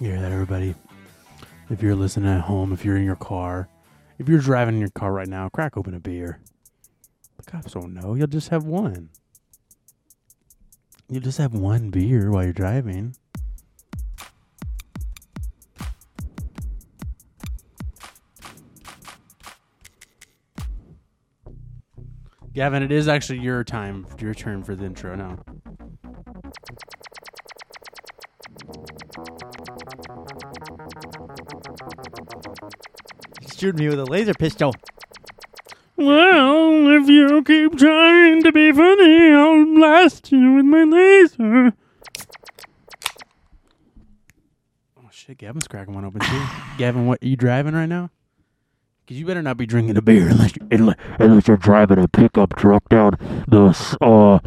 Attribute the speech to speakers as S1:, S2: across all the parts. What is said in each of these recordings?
S1: You hear that, everybody? If you're listening at home, if you're in your car, if you're driving in your car right now, crack open a beer. The cops won't know. You'll just have one. You'll just have one beer while you're driving. Gavin, it is actually your time, your turn for the intro now.
S2: Shoot me with a laser pistol.
S1: Well, if you keep trying to be funny, I'll blast you with my laser. Oh shit, Gavin's cracking one open too. Gavin, what are you driving right now? Cause you better not be drinking a beer unless you
S3: unless, unless you're driving a pickup truck down the s- uh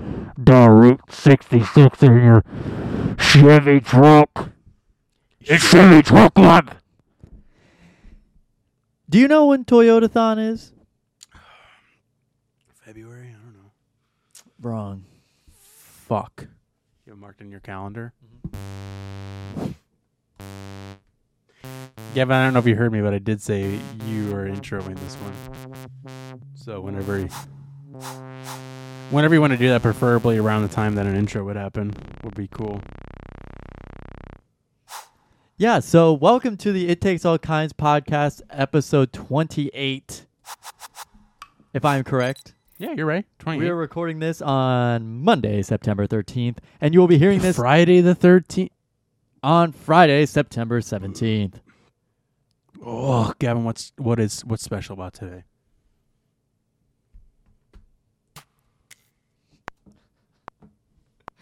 S3: down Route 66 in your Chevy truck. It's Chevy truck lot.
S2: Do you know when Toyota Thon is?
S1: February, I don't know.
S2: Wrong.
S1: Fuck. You have it marked in your calendar. Mm-hmm. Gavin, I don't know if you heard me, but I did say you are introing this one. So whenever you, whenever you want to do that, preferably around the time that an intro would happen, would be cool.
S2: Yeah, so welcome to the It Takes All Kinds podcast, episode 28. If I'm correct,
S1: Yeah, you're right.
S2: we
S1: Twenty
S2: are recording this on Monday, September 13th, and you will be hearing this
S1: Friday the thirteenth.
S2: on Friday, September 17th.
S1: Oh, Gavin, what's what is what's special about today?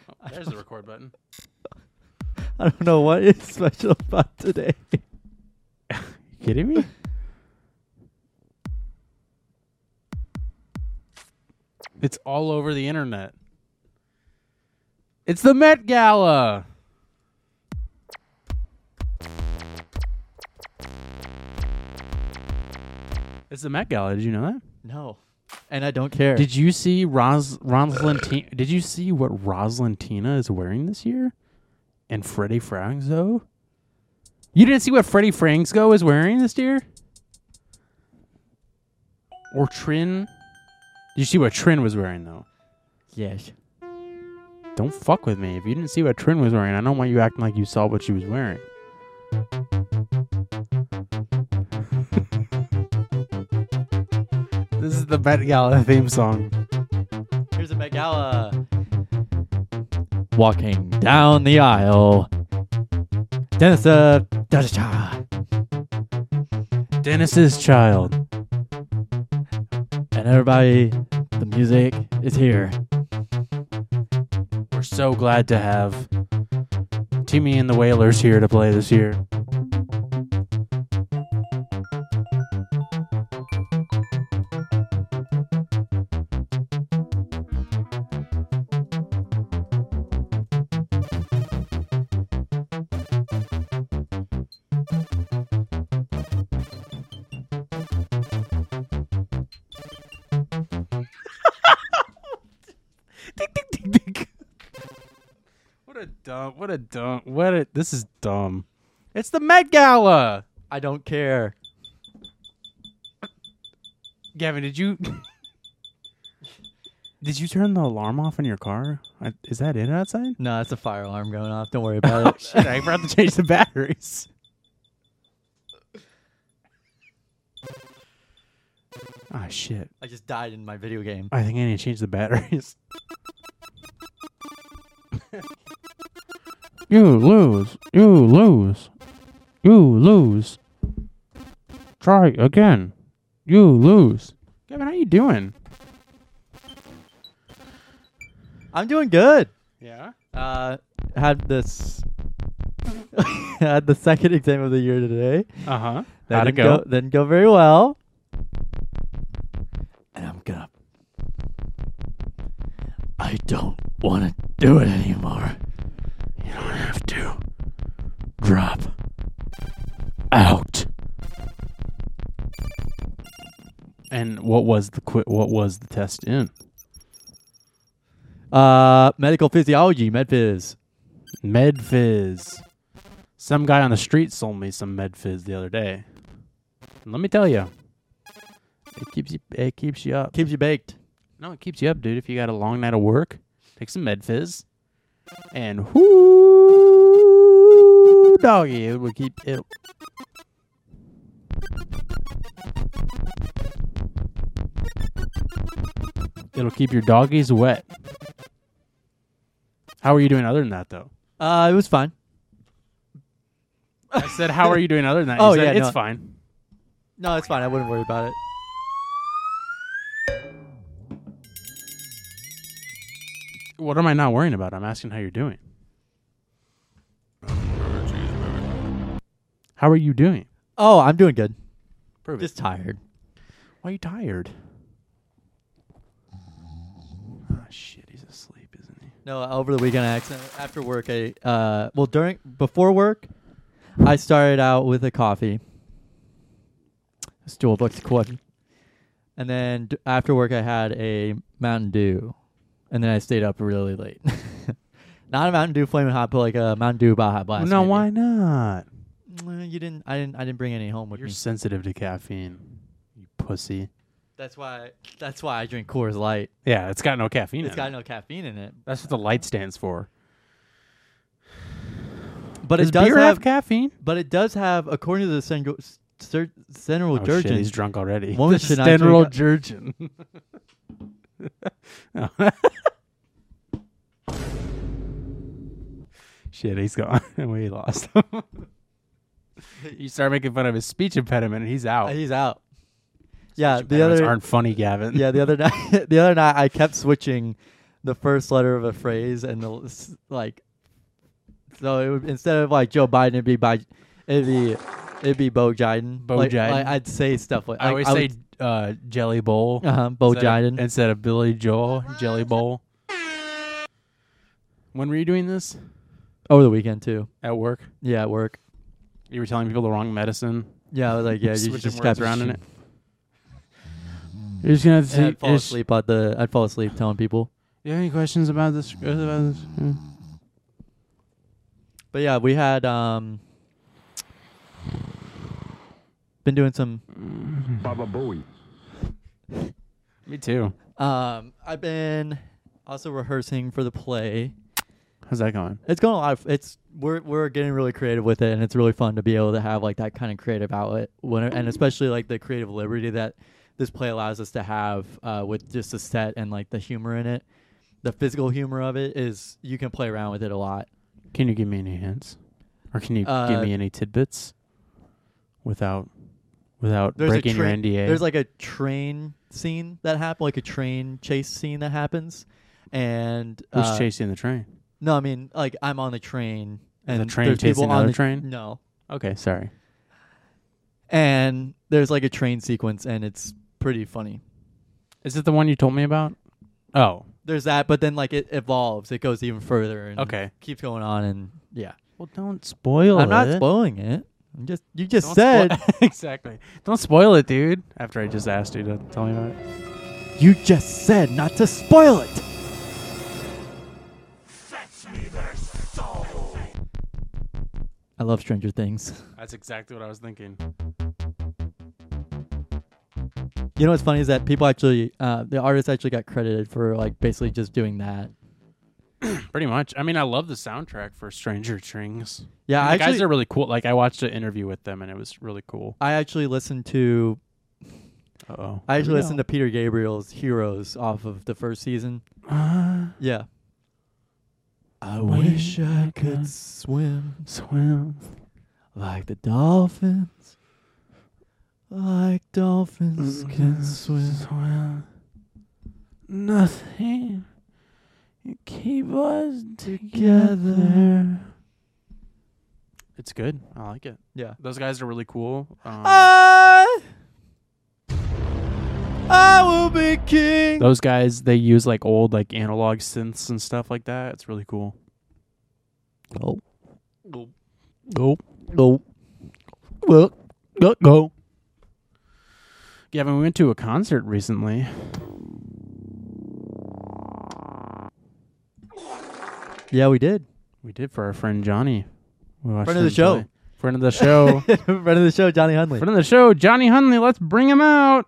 S1: Oh, there's the record button.
S2: I don't know what is special about today.
S1: You kidding me? it's all over the internet. It's the Met Gala. It's the Met Gala. Did you know that?
S2: No. And I don't care.
S1: Did you see Ros Rosalind? did you see what Rosalentina is wearing this year? And Freddie Franzo? You didn't see what Freddie Franzo is wearing this year? Or Trin? You see what Trin was wearing though.
S2: yes.
S1: Don't fuck with me. If you didn't see what Trin was wearing, I don't want you acting like you saw what she was wearing. this is the Met Gala theme song.
S2: Here's a Megala. Walking down the aisle. Dennis, uh, da-da-da.
S1: Dennis's child.
S2: and everybody, the music is here.
S1: We're so glad to have Timmy and the Whalers here to play this year. What a dumb! What a dumb! What a this is dumb. It's the Met Gala.
S2: I don't care.
S1: Gavin, did you did you turn the alarm off in your car? I, is that it outside?
S2: No, it's a fire alarm going off. Don't worry about it.
S1: Shit, I forgot to change the batteries. Ah, shit.
S2: I just died in my video game.
S1: I think I need to change the batteries.
S3: You lose. You lose. You lose. Try again. You lose.
S1: Kevin, how you doing?
S2: I'm doing good.
S1: Yeah.
S2: Uh, had this. had the second exam of the year today.
S1: Uh huh.
S2: That
S1: How'd it go?
S2: didn't Didn't go very well. And I'm gonna. I don't want to do it anymore.
S3: You don't have to. Drop. Out.
S1: And what was the quit? What was the test in?
S2: Uh, medical physiology, medphys.
S1: Med fizz. Some guy on the street sold me some med fizz the other day. And let me tell you, it keeps you. It keeps you up.
S2: Keeps you baked.
S1: No, it keeps you up, dude. If you got a long night of work, take some med fizz, and whoo, doggy, it will keep it. It'll keep your doggies wet. How are you doing other than that, though?
S2: Uh, it was fun.
S1: I said, "How are you doing other than that?"
S2: Oh,
S1: You said,
S2: yeah,
S1: it's
S2: no.
S1: fine.
S2: No, it's fine. I wouldn't worry about it.
S1: What am I not worrying about? I'm asking how you're doing. How are you doing?
S2: Oh, I'm doing good.
S1: Prove it.
S2: Just tired.
S1: Why are you tired? Ah, shit, he's asleep, isn't he?
S2: No, over the weekend, I accident after work, I uh, well during before work, I started out with a coffee. It's dual bucks a quad. And then d- after work, I had a Mountain Dew, and then I stayed up really late. Not a Mountain Dew flaming hot, but like a Mountain Dew Baja Blast.
S1: no,
S2: maybe.
S1: why not?
S2: Mm, You didn't. I didn't. I didn't bring any home with
S1: You're
S2: me.
S1: sensitive to caffeine, you pussy.
S2: That's why. That's why I drink Coors Light.
S1: Yeah, it's got no caffeine.
S2: It's
S1: in
S2: got
S1: it.
S2: no caffeine in it,
S1: That's what the light stands for.
S2: but
S1: Does
S2: it does
S1: beer
S2: have.
S1: have caffeine?
S2: but it does have, according to the Central Sur- General
S1: Oh, shit, he's drunk already.
S2: Woman
S1: This is
S2: should not drink
S1: General
S2: a-
S1: Jurgen. Shit, he's gone. we lost him. you start making fun of his speech impediment, and he's out.
S2: Uh, He's out. Yeah, Uh, the
S1: Impediments
S2: other
S1: aren't funny, Gavin.
S2: yeah the other night the other night I kept switching the first letter of a phrase and the l- s- like so it would, instead of like Joe Biden it'd be by it'd be it'd be Bo Jiden.
S1: Bo
S2: like,
S1: Jiden.
S2: like, I'd say stuff like
S1: I always say uh, jelly bowl.
S2: uh Bo
S1: instead of-
S2: Jiden.
S1: instead of Billy Joel, jelly bowl. When were you doing this
S2: over the weekend too.
S1: at work?
S2: Yeah, at work.
S1: You were telling people the wrong medicine.
S2: Yeah, I was like yeah, you
S1: switching
S2: just
S1: words
S2: kept
S1: around in it. You're just gonna have to
S2: And I'd
S1: take.
S2: fall
S1: just-
S2: asleep at the I'd fall asleep telling people.
S1: You have any questions about this? About this? Hmm? Yeah.
S2: But yeah, we had um been doing some
S4: Baba Booey.
S1: Me too.
S2: Um, I've been also rehearsing for the play.
S1: How's that going?
S2: It's going a lot. Of, it's we're we're getting really creative with it, and it's really fun to be able to have like that kind of creative outlet when, and especially like the creative liberty that this play allows us to have uh, with just the set and like the humor in it. The physical humor of it is you can play around with it a lot.
S1: Can you give me any hints, or can you give
S2: Uh,
S1: me any tidbits, without, without
S2: There's
S1: breaking
S2: a train,
S1: your NDA?
S2: There's like a train scene that happened, like a train chase scene that happens, and
S1: who's
S2: uh,
S1: chasing the train?
S2: No, I mean like I'm on the train
S1: And
S2: and
S1: the train
S2: there's people
S1: chasing
S2: on
S1: another
S2: the
S1: train?
S2: No,
S1: Okay, sorry.
S2: and there's like a train sequence and it's pretty funny.
S1: Is it the one you told me about? Oh,
S2: There's that, but then like it evolves, it goes even further and
S1: Okay.
S2: keeps going on and yeah.
S1: well, don't spoil
S2: I'm not
S1: it.
S2: spoiling it. I'm just you just
S1: Don't
S2: said
S1: spoil- exactly. Don't spoil it, dude. After I just asked you to tell me about it.
S2: you just said not to spoil it. I love Stranger Things.
S1: That's exactly what I was thinking.
S2: You know what's funny is that people actually, uh, the artists actually got credited for like basically just doing that.
S1: Pretty much. I mean, I love the soundtrack for Stranger Things.
S2: Yeah,
S1: And
S2: I
S1: the
S2: actually,
S1: guys are really cool. Like I watched an interview with them, and it was really cool.
S2: I actually listened to
S1: Uh-oh.
S2: I actually listened to Peter Gabriel's Heroes off of the first season. Yeah. I
S1: wish I could
S2: swim
S1: Swim.
S2: like the dolphins. Like dolphins
S1: Mm-hmm.
S2: can swim.
S1: Swim. Nothing. You keep us
S2: together.
S1: It's good. I like it.
S2: Yeah.
S1: Those guys are really cool. Um,
S2: Ah! I I will be king.
S1: those guys, they use like old like analog synths and stuff like that. It's really cool.
S2: Oh,
S1: Go,
S2: oh.
S1: go, go, go. Gavin, we went to a concert recently.
S2: Yeah, we did.
S1: We did for our friend Johnny. We watched
S2: Friend of the
S1: him
S2: show.
S1: play. Friend of the show.
S2: Friend of the show, Johnny Hunley.
S1: friend of the show, Johnny Hunley. Let's bring him out.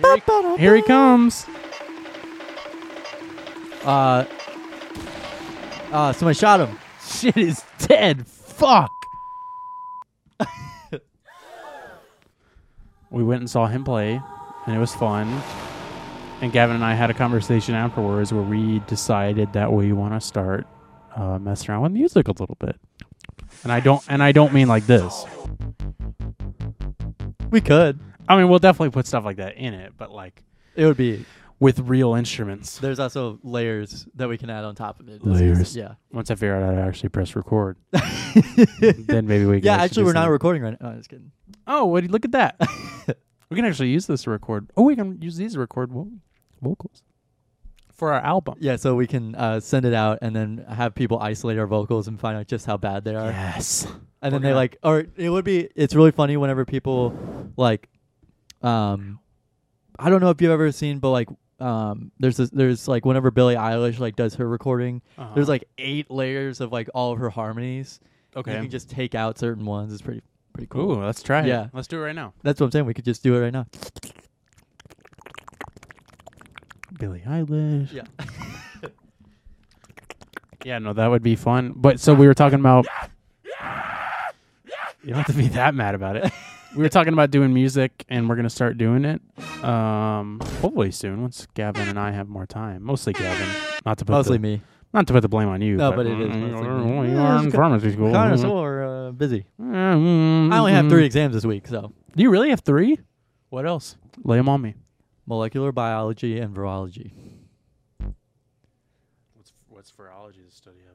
S1: Here he- Here he comes.
S2: Uh, uh, somebody shot him.
S1: Shit is dead. Fuck. we went and saw him play, and it was fun. And Gavin and I had a conversation afterwards where we decided that we want to start uh, messing around with music a little bit. And I don't, and I don't mean like this.
S2: We could.
S1: I mean, we'll definitely put stuff like that in it, but like
S2: It would be.
S1: with real instruments.
S2: There's also layers that we can add on top of it.
S1: Layers.
S2: Yeah.
S1: Once I figure out how to actually press record, then maybe we. Can
S2: yeah. Actually,
S1: do
S2: we're not
S1: something.
S2: recording right now. No, I'm just kidding.
S1: Oh, what, look at that. we can actually use this to record. Oh, we can use these to record vo- vocals for our album.
S2: Yeah. So we can uh, send it out and then have people isolate our vocals and find out just how bad they are.
S1: Yes.
S2: and then
S1: We're
S2: they
S1: gonna-
S2: like or it would be it's really funny whenever people like um i don't know if you've ever seen but like um there's this, there's like whenever billie eilish like does her recording
S1: Uh-huh.
S2: there's like eight layers of like all of her harmonies
S1: okay.
S2: you can just take out certain ones it's pretty pretty cool
S1: Ooh, let's try it.
S2: Yeah.
S1: Let's do it right now.
S2: that's what i'm saying we could just do it right now
S1: Billie Eilish.
S2: yeah
S1: Yeah, no, that would be fun. But so we were talking about. You don't have to be that mad about it. We were talking about doing music, and we're gonna start doing it. Um, hopefully soon, once Gavin and I have more time. Mostly Gavin, not to put
S2: mostly
S1: the,
S2: me
S1: not to put the blame on you.
S2: No, but it is mostly me.
S1: you are in
S2: It's
S1: pharmacy school.
S2: kind of sore uh, busy
S1: Mm,
S2: i only have
S1: mm.
S2: three exams this week so
S1: Do you really have three? What else? Lay them on me.
S2: molecular biology and virology
S1: What's what's virology the study of?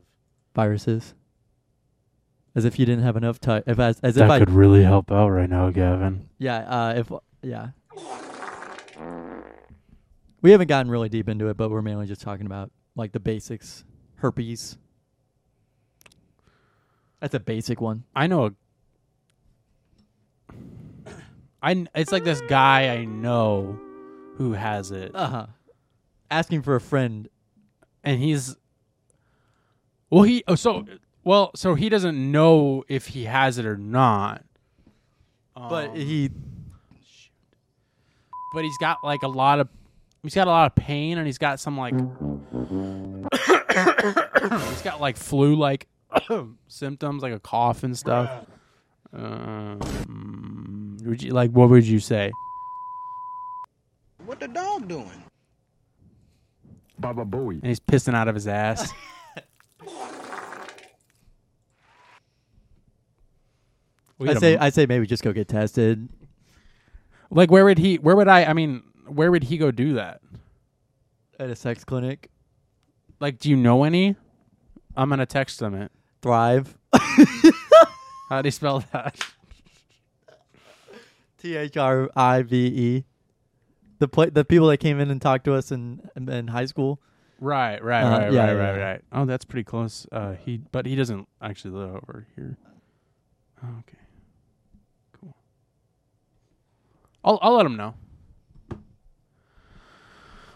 S2: viruses as if you didn't have enough time if as, as if
S1: That
S2: i
S1: could really help out right now, Gavin.
S2: Yeah, uh, if yeah. We haven't gotten really deep into it, but we're mainly just talking about like the basics, herpes. That's a basic one.
S1: I know. A, I kn- it's like this guy I know who has it,
S2: Uh huh. Asking for a friend.
S1: and he's well, he oh so well so he doesn't know if he has it or not,
S2: But
S1: Um,
S2: he,
S1: but he's got like a lot of he's got a lot of pain and he's got some like he's got like flu like symptoms like a cough and stuff um, would you like what would you say
S5: What the dog doing?
S4: Baba Booey.
S1: and he's pissing out of his ass We
S2: I
S1: had a
S2: say,
S1: m-
S2: I say, maybe just go get tested.
S1: like where would he where would i i mean where would he go do that
S2: At a sex clinic,
S1: like do you know any i'm gonna text them it
S2: Thrive,
S1: how do you spell that
S2: T H R I V E. The pla the people that came in and talked to us in in high school.
S1: Right, right,
S2: Uh,
S1: right,
S2: yeah,
S1: right,
S2: yeah,
S1: right,
S2: yeah.
S1: right. Oh, that's pretty close. Uh, he, but he doesn't actually live over here. Oh, okay, cool. I'll I'll let him know.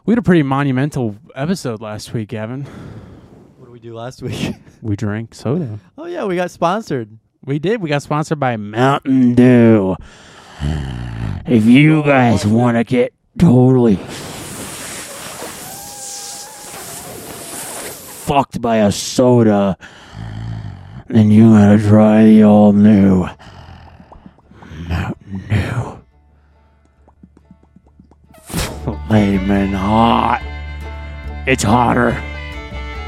S1: We had a pretty monumental episode last week, Gavin.
S2: What did we do last week?
S1: We drank soda.
S2: oh yeah, we got sponsored.
S1: We did. We got sponsored by Mount.
S3: Mountain Dew. If you guys want to get totally fucked by a soda, then you gotta try the all new flaming hot. It's hotter.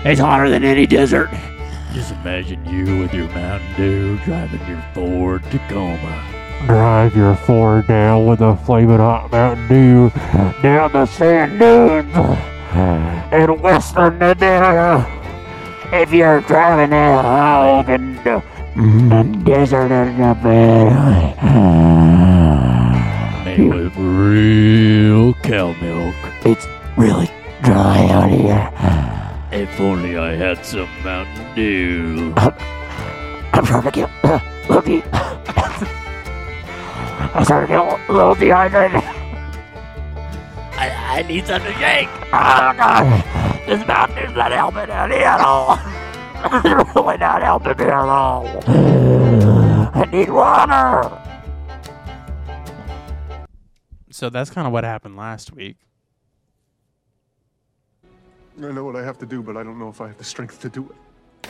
S3: It's hotter than any desert.
S5: Just imagine you with your Mountain Dew driving your Ford Tacoma.
S3: Drive your Ford down with a flaming hot Mountain Dew down the sand dunes in western Nevada. If you're driving it hog in the, the desert of Nevada,
S5: Made with real cow milk.
S3: it's really dry out here.
S5: If only I had some Mountain Dew.
S3: I'm trying to get uh, little de- I'm trying to get a little dehydrated.
S5: I, I need something to drink.
S3: Oh god, this mountain's not helping me at all. It's really not helping me at all. I need water.
S1: So that's kind of what happened last week.
S4: I know what I have to do, but I don't know if I have the strength to do it.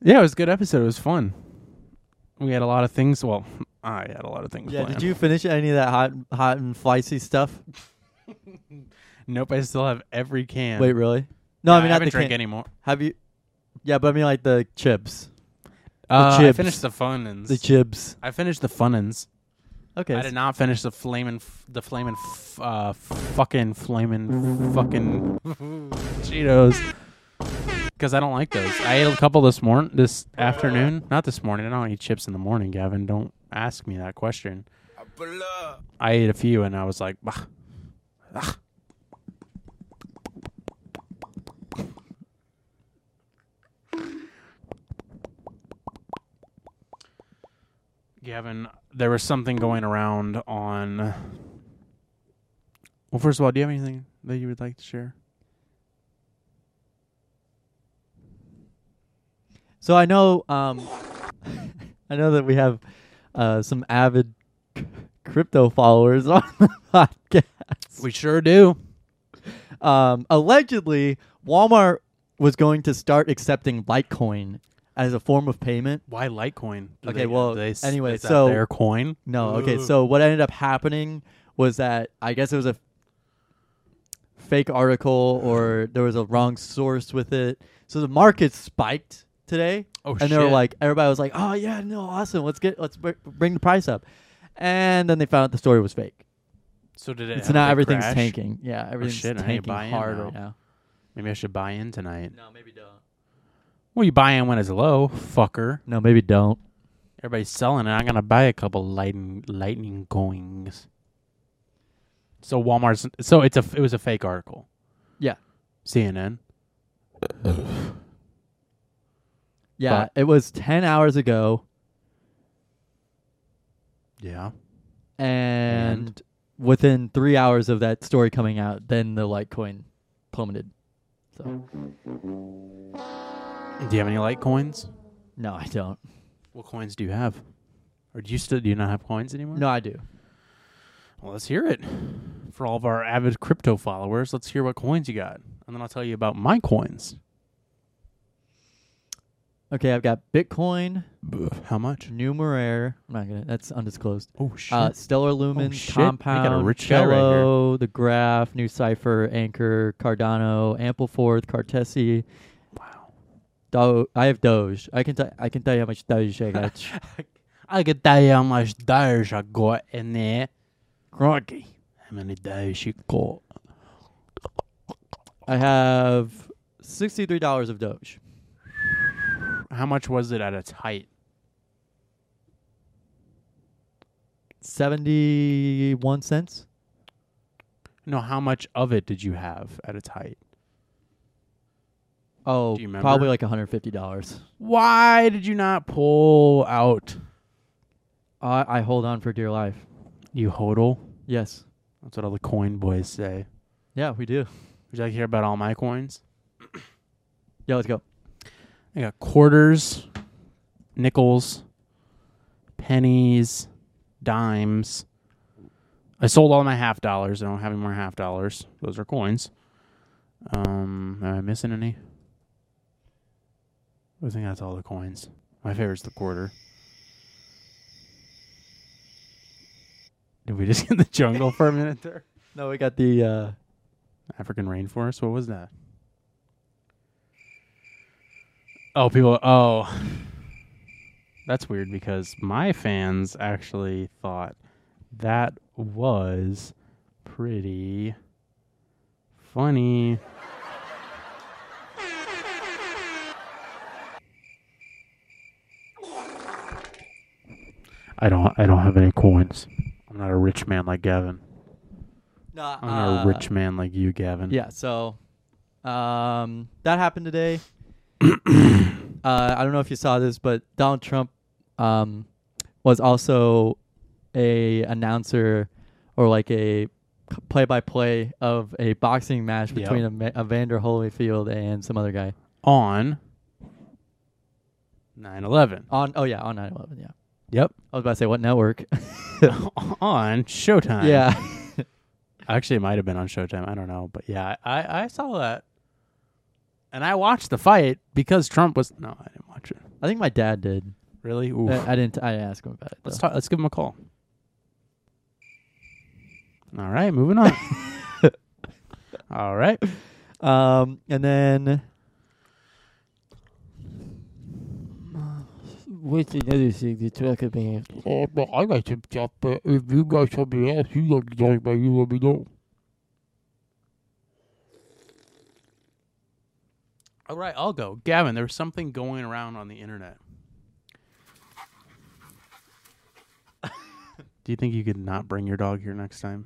S1: Yeah, it was a good episode. It was fun. We had a lot of things. Well, I had a lot of things.
S2: Yeah, did
S1: planned.
S2: you finish any of that hot, hot and flicey stuff?
S1: Nope, I still have every can.
S2: Wait, really? No, I mean not
S1: haven't
S2: the
S1: drank
S2: can-
S1: anymore.
S2: Have you? Yeah, but I mean like the chips,
S1: Uh, I
S2: chips.
S1: finished the funnins.
S2: the chips.
S1: I finished the funnins.
S2: Okay,
S1: I did not finish the flaming, f- the flaming, f- uh, fucking flaming, fucking Cheetos. Because I don't like those. I ate a couple this morning, this afternoon. Not this morning. I don't eat chips in the morning, Gavin. Don't ask me that question. I ate a few and I was like, bah. Ah. Gavin, there was something going around on. Well, first of all, do you have anything that you would like to share?
S2: So I know, um, I know that we have uh, some avid crypto followers on the podcast.
S1: We sure do.
S2: Um, allegedly, Walmart was going to start accepting Litecoin as a form of payment.
S1: Why Litecoin? Do
S2: Okay,
S1: they-
S2: well,
S1: they s-
S2: anyway,
S1: is that
S2: so-
S1: their coin.
S2: No, okay. So what ended up happening was that I guess it was a fake article or there was a wrong source with it. So the market spiked today.
S1: Oh,
S2: And they were
S1: shit.
S2: like, everybody was like, "Oh yeah, no, awesome. Let's get let's br- bring the price up." And then they found out the story was fake.
S1: So did it?
S2: so now
S1: they
S2: everything's
S1: crash?
S2: tanking. Yeah, everything's
S1: shit, I need to
S2: tanking
S1: buy in
S2: hard
S1: now.
S2: right now.
S1: Maybe I should buy in tonight.
S2: No, maybe don't.
S1: Well, you buy in when it's low, fucker.
S2: No, maybe don't.
S1: Everybody's selling it. I'm gonna buy a couple lightning lightning coins. So Walmart's so it's a it was a fake article.
S2: Yeah.
S1: CNN.
S2: Yeah, it was 10 hours ago
S1: Yeah.
S2: and, within 3 hours of that story coming out, then the Litecoin plummeted. So,
S1: Do you have any Litecoins?
S2: no, I don't.
S1: What coins do you have? Or do you still do you not have coins anymore?
S2: No, I do.
S1: Well, let's hear it. For all of our avid crypto followers, let's hear what coins you got, and then I'll tell you about my coins.
S2: Okay, I've got Bitcoin,
S1: How much?
S2: Numeraire, I'm not going to that's undisclosed.
S1: Oh shit!
S2: Uh, Stellar Lumen,
S1: shit. We got a
S2: Compound,
S1: rich guy right here.
S2: Cello, The Graph, New Cipher, Anchor, Cardano, Ampleforth, Cartesi.
S1: Wow.
S2: Do- I have Doge. I can tell. I can tell you how much Doge I got.
S1: I could tell you how much dollars I got in there. Crikey! How many dollars you got?
S2: I have sixty-three dollars of Doge.
S1: How much was it at its height?
S2: Seventy-one cents.
S1: No, how much of it did you have at its height?
S2: Oh,
S1: Do you remember?
S2: probably like one hundred fifty dollars.
S1: Why did you not pull out?
S2: I I hold on for dear life.
S1: You hodl.
S2: Yes.
S1: That's what all the coin boys say.
S2: Yeah, we do.
S1: Would you like to hear about all my coins?
S2: Yeah, let's go.
S1: I got quarters, nickels, pennies, dimes. I sold all my half dollars. I don't have any more half dollars. Those are coins. Um, am I missing any? I think that's all the coins. My favorite's the quarter. Did we just get the jungle for a minute there?
S2: No, we got the. Uh,
S1: African rainforest. What was that? Oh, people. Oh, that's weird because my fans actually thought that was pretty funny. I don't. I don't have any coins. I'm not a rich man like Gavin.
S2: no,
S1: I'm not
S2: uh,
S1: a rich man like you, Gavin.
S2: Yeah, so um, that happened today. uh, I don't know if you saw this, but Donald Trump um, was also a announcer or like a play by play of a boxing match
S1: Yep.
S2: between Ama- Evander Holyfield and some other guy
S1: on 9/11.
S2: on. Oh yeah, on 9/11. Yeah,
S1: Yep.
S2: I was about to say what network.
S1: on Showtime.
S2: yeah,
S1: Actually, it might have been on Showtime. I don't know, but yeah, I I saw that, and I watched the fight because Trump was. No, I didn't watch it.
S2: I think my dad did.
S1: Really? Oof.
S2: I, I didn't. I didn't ask him about it.
S1: let's
S2: though.
S1: talk. Let's give him a call. All right, moving on. All right.
S2: Um, and then
S6: What's another thing to talk about?
S7: Oh, but I got some stuff, but if you got something else you like to talk about, you let me know.
S1: All right, I'll go. Gavin, there was something going around on the internet. Do you think you could not bring your dog here next time?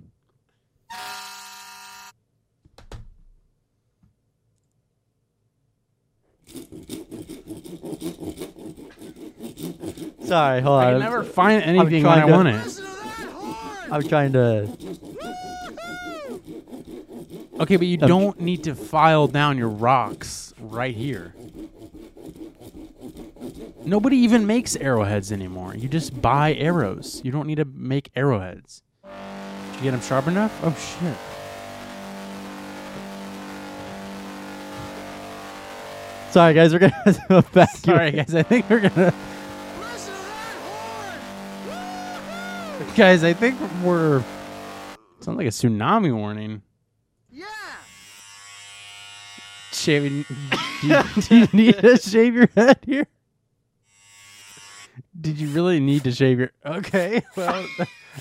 S2: sorry, hold on.
S1: I
S2: I'm-
S1: can never find anything when
S2: trying
S1: I
S2: to-
S1: want it.
S2: I'm trying to.
S1: Okay, but you
S2: Um,
S1: don't need to file down your rocks right here. Nobody even makes arrowheads anymore. You just buy arrows. You don't need to make arrowheads. You get them sharp enough? Oh shit.
S2: Sorry, guys, we're gonna have to evacuate.
S1: Sorry guys, I think we're gonna. Guys, I think we're. Sounds like a tsunami warning. Yeah. Shaving. Do you, do you need to shave your head here? Did you really need to shave your? Okay. Well,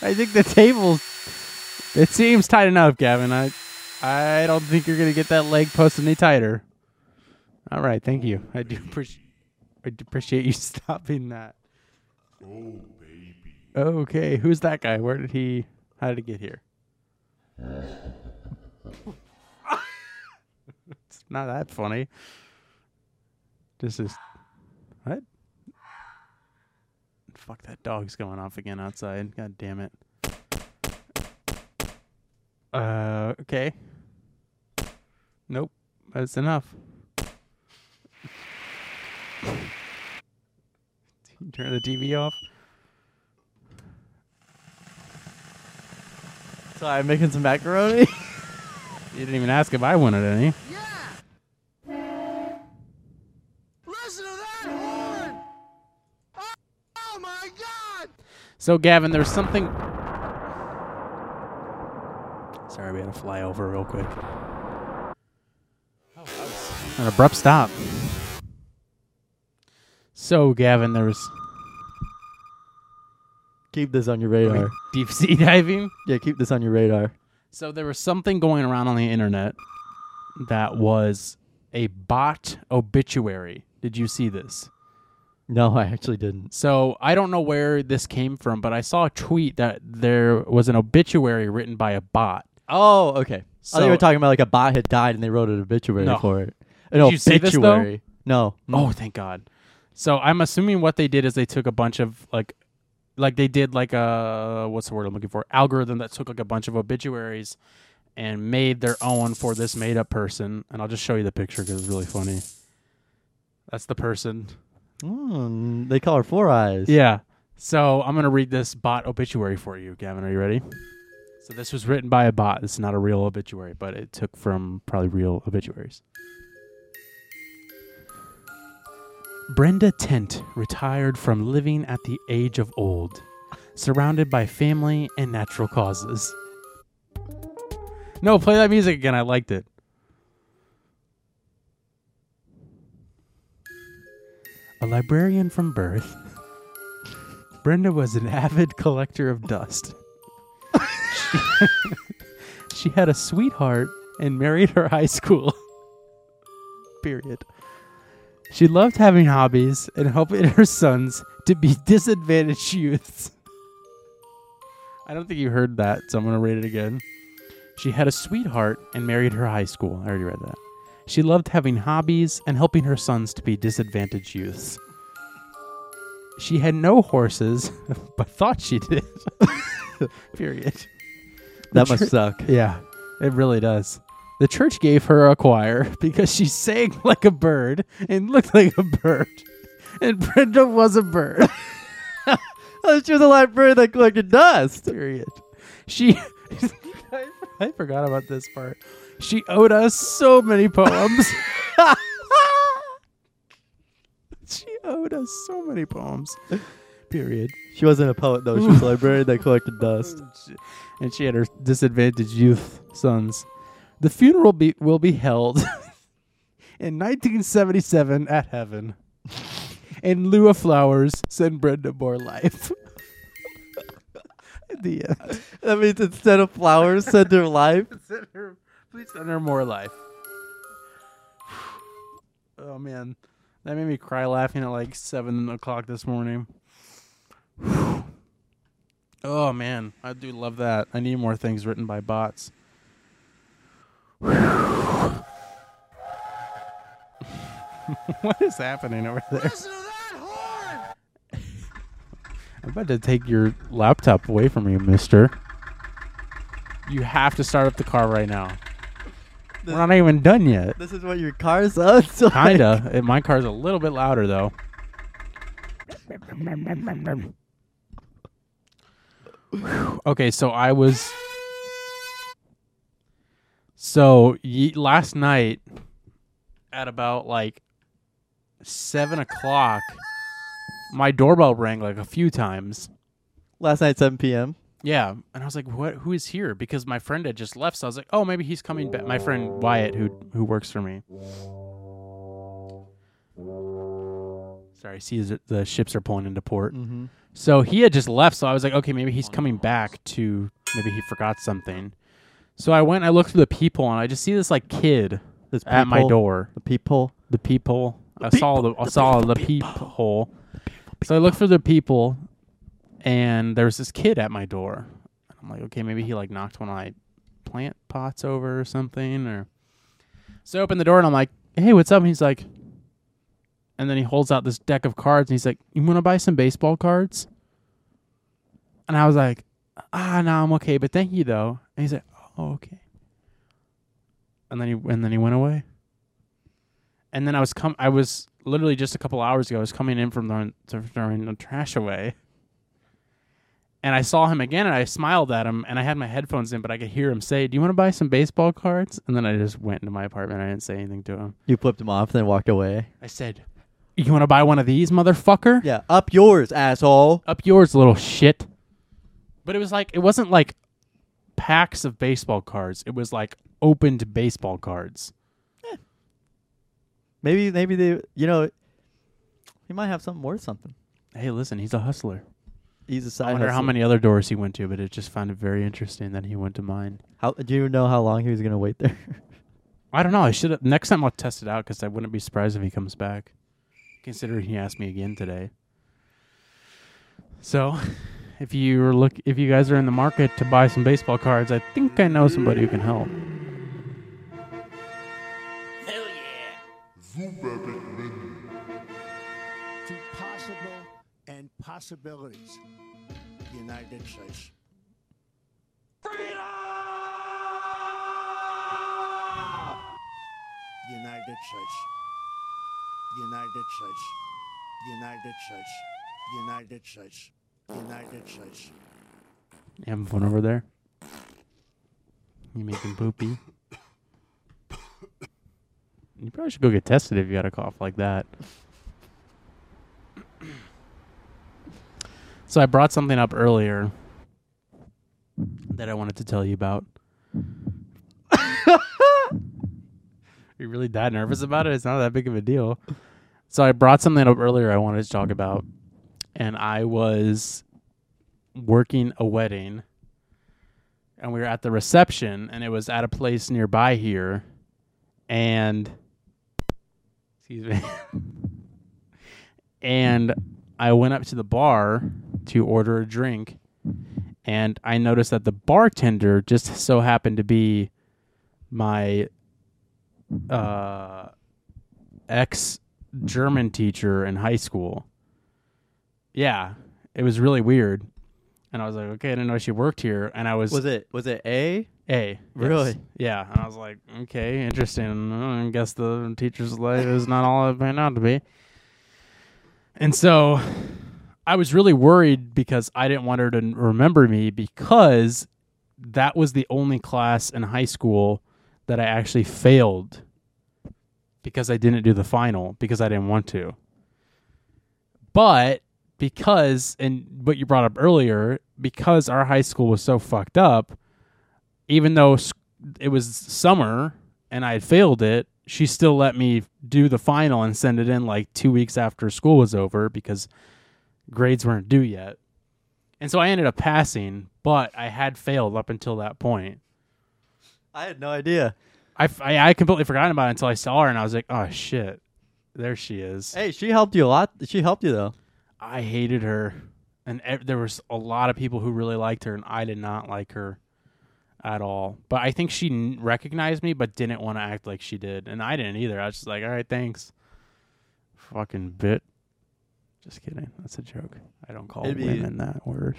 S1: I think the table. It seems tight enough, Gavin. I, I don't think you're gonna get that leg post any tighter. All right. Thank you. I do appreciate. I do appreciate you stopping that. Oh baby. Okay. Who's that guy? Where did he? How did he get here? it's not that funny. This is what? Fuck that dog's going off again outside. God damn it. Uh. Okay. Nope. That's enough. Can you turn the TV off?
S2: Sorry, I'm making some macaroni.
S1: You didn't even ask if I wanted any. So, Gavin, there's something. Sorry, we had to fly over real quick. An abrupt stop. So, Gavin, there was
S2: keep this on your radar.
S1: deep sea diving.
S2: Yeah, keep this on your radar.
S1: So there was something going around on the internet that was a bot obituary. Did you see this?
S2: No, I actually didn't.
S1: So I don't know where this came from, but I saw a tweet that there was an obituary written by a bot.
S2: Oh, okay. I thought
S1: So-
S2: you were talking about like a bot had died and they wrote an obituary
S1: No.
S2: for it. An
S1: you see this, though?
S2: obituary. no.
S1: Oh, thank God. So I'm assuming what they did is they took a bunch of like like they did like a what's the word I'm looking for? Algorithm that took like a bunch of obituaries and made their own for this made up person. And I'll just show you the picture because it's really funny. That's the person.
S2: Mm, they call her Four Eyes.
S1: Yeah. So I'm gonna read this bot obituary for you, Gavin. Are you ready? So this was written by a bot. It's not a real obituary, but it took from probably real obituaries. Brenda Tent retired from living at the age of old. surrounded by family and natural causes. No, play that music again. I liked it. A librarian from birth, Brenda was an avid collector of dust. she, she had a sweetheart and married her high school. Period. She loved having hobbies and helping her sons to be disadvantaged youths. I don't think you heard that, so I'm going to read it again. She had a sweetheart and married her high school. I already read that. She loved having hobbies and helping her sons to be disadvantaged youths. She had no horses, but thought she did. Period.
S2: That
S1: The
S2: must suck.
S1: Yeah, it really does. The church gave her a choir because she sang like a bird and looked like a bird. And Brenda was a bird.
S2: Oh, she was a librarian that collected dust.
S1: Period. She. I, I forgot about this part. She owed us so many poems. she owed us so many poems. Period. Oh,
S2: She wasn't a poet though. She was a librarian that collected dust.
S1: and she had her disadvantaged youth sons. The funeral be- will be held in 1977 at Heaven. In lieu of flowers, send Brenda more life. the end.
S2: That means instead of flowers, send her life.
S1: Send her, please send her more life. Oh man, that made me cry laughing at like seven o'clock this morning. Oh man, I do love that. I need more things written by bots. what is happening over there? I'm about to take your laptop away from you, mister. You have to start up the car right now. We're not even done yet.
S2: This is what your car sounds like.
S1: Kinda. Uh, My car's a little bit louder though. okay, so I was. So ye- last night, at about like seven o'clock, my doorbell rang like a few times.
S2: Last night, 7 p.m.
S1: Yeah, and I was like, "What? Who is here?" Because my friend had just left, so I was like, "Oh, maybe he's coming back." My friend Wyatt, who who works for me. Sorry, see, is it- the ships are pulling into port.
S2: Mm-hmm.
S1: So he had just left, so I was like, "Okay, maybe he's coming back to maybe he forgot something." So I went, I looked through the people, and I just see this like kid
S2: This
S1: at my
S2: peephole-
S1: door
S2: The peephole.
S1: the peephole. I saw the I saw the peephole. So I looked for the people, and there was this kid at my door. And I'm like, okay, maybe he like knocked one of my plant pots over or something. Or so I open the door and I'm like, hey, what's up? And he's like, and then he holds out this deck of cards and he's like, you want to buy some baseball cards? And I was like, ah, no, I'm okay, but thank you though. And he's like, oh, okay. And then he and then he went away and then I was com- I was literally just a couple hours ago. I was coming in from throwing, th- throwing the trash away, and I saw him again, and I smiled at him, and I had my headphones in, but I could hear him say, "Do you want to buy some baseball cards?" And then I just went into my apartment. I didn't say anything to him.
S2: You flipped him off, then walked away.
S1: I said, "You want to buy one of these, motherfucker?
S2: Yeah, up yours, asshole.
S1: Up yours, little shit." But it was like it wasn't like packs of baseball cards. It was like opened baseball cards.
S2: Maybe, maybe they, you know, he might have something worth something.
S1: Hey, listen, he's a hustler.
S2: He's a side.
S1: I wonder how
S2: hustle.
S1: many other doors he went to, but it just found it very interesting that he went to mine.
S2: How do you know how long he was gonna wait there?
S1: I don't know. I should have next time I'll test it out because I wouldn't be surprised if he comes back, considering he asked me again today. So, if you are look, if you guys are in the market to buy some baseball cards, I think I know somebody who can help.
S8: to possible and possibilities. United States. United States. United States. United States. United States. United States.
S1: You having fun over there? You making poopy? You probably should go get tested if you got a cough like that. So I brought something up earlier that I wanted to tell you about. You're really that nervous about it? It's not that big of a deal. So I brought something up earlier I wanted to talk about, and I was working a wedding, and we were at the reception, and it was at a place nearby here, and excuse me, and I went up to the bar to order a drink, and I noticed that the bartender just so happened to be my uh, ex German teacher in high school. Yeah, it was really weird, and I was like, okay, I didn't know she worked here, and I was,
S2: Was it was it A?
S1: a
S2: Really?
S1: yes. yeah, and I was like, okay, interesting. Uh, I guess the teacher's life is not all it panned out to be. And so I was really worried because I didn't want her to n- remember me because that was the only class in high school that I actually failed because I didn't do the final because I didn't want to. But because and what you brought up earlier, because our high school was so fucked up, even though s- it was summer and I had failed it, she still let me do the final and send it in like two weeks after school was over because grades weren't due yet. And so I ended up passing, but I had failed up until that point.
S2: I had no idea.
S1: I, f- I, I completely forgot about it until I saw her and I was like, oh shit, there she is.
S2: Hey, she helped you a lot. She helped you though.
S1: I hated her, and ev- there was a lot of people who really liked her, and I did not like her at all. But I think she n- recognized me, but didn't want to act like she did, and I didn't either. I was just like, "All right, thanks." Fucking bit. Just kidding. That's a joke. I don't call
S2: It'd be-
S1: women that word.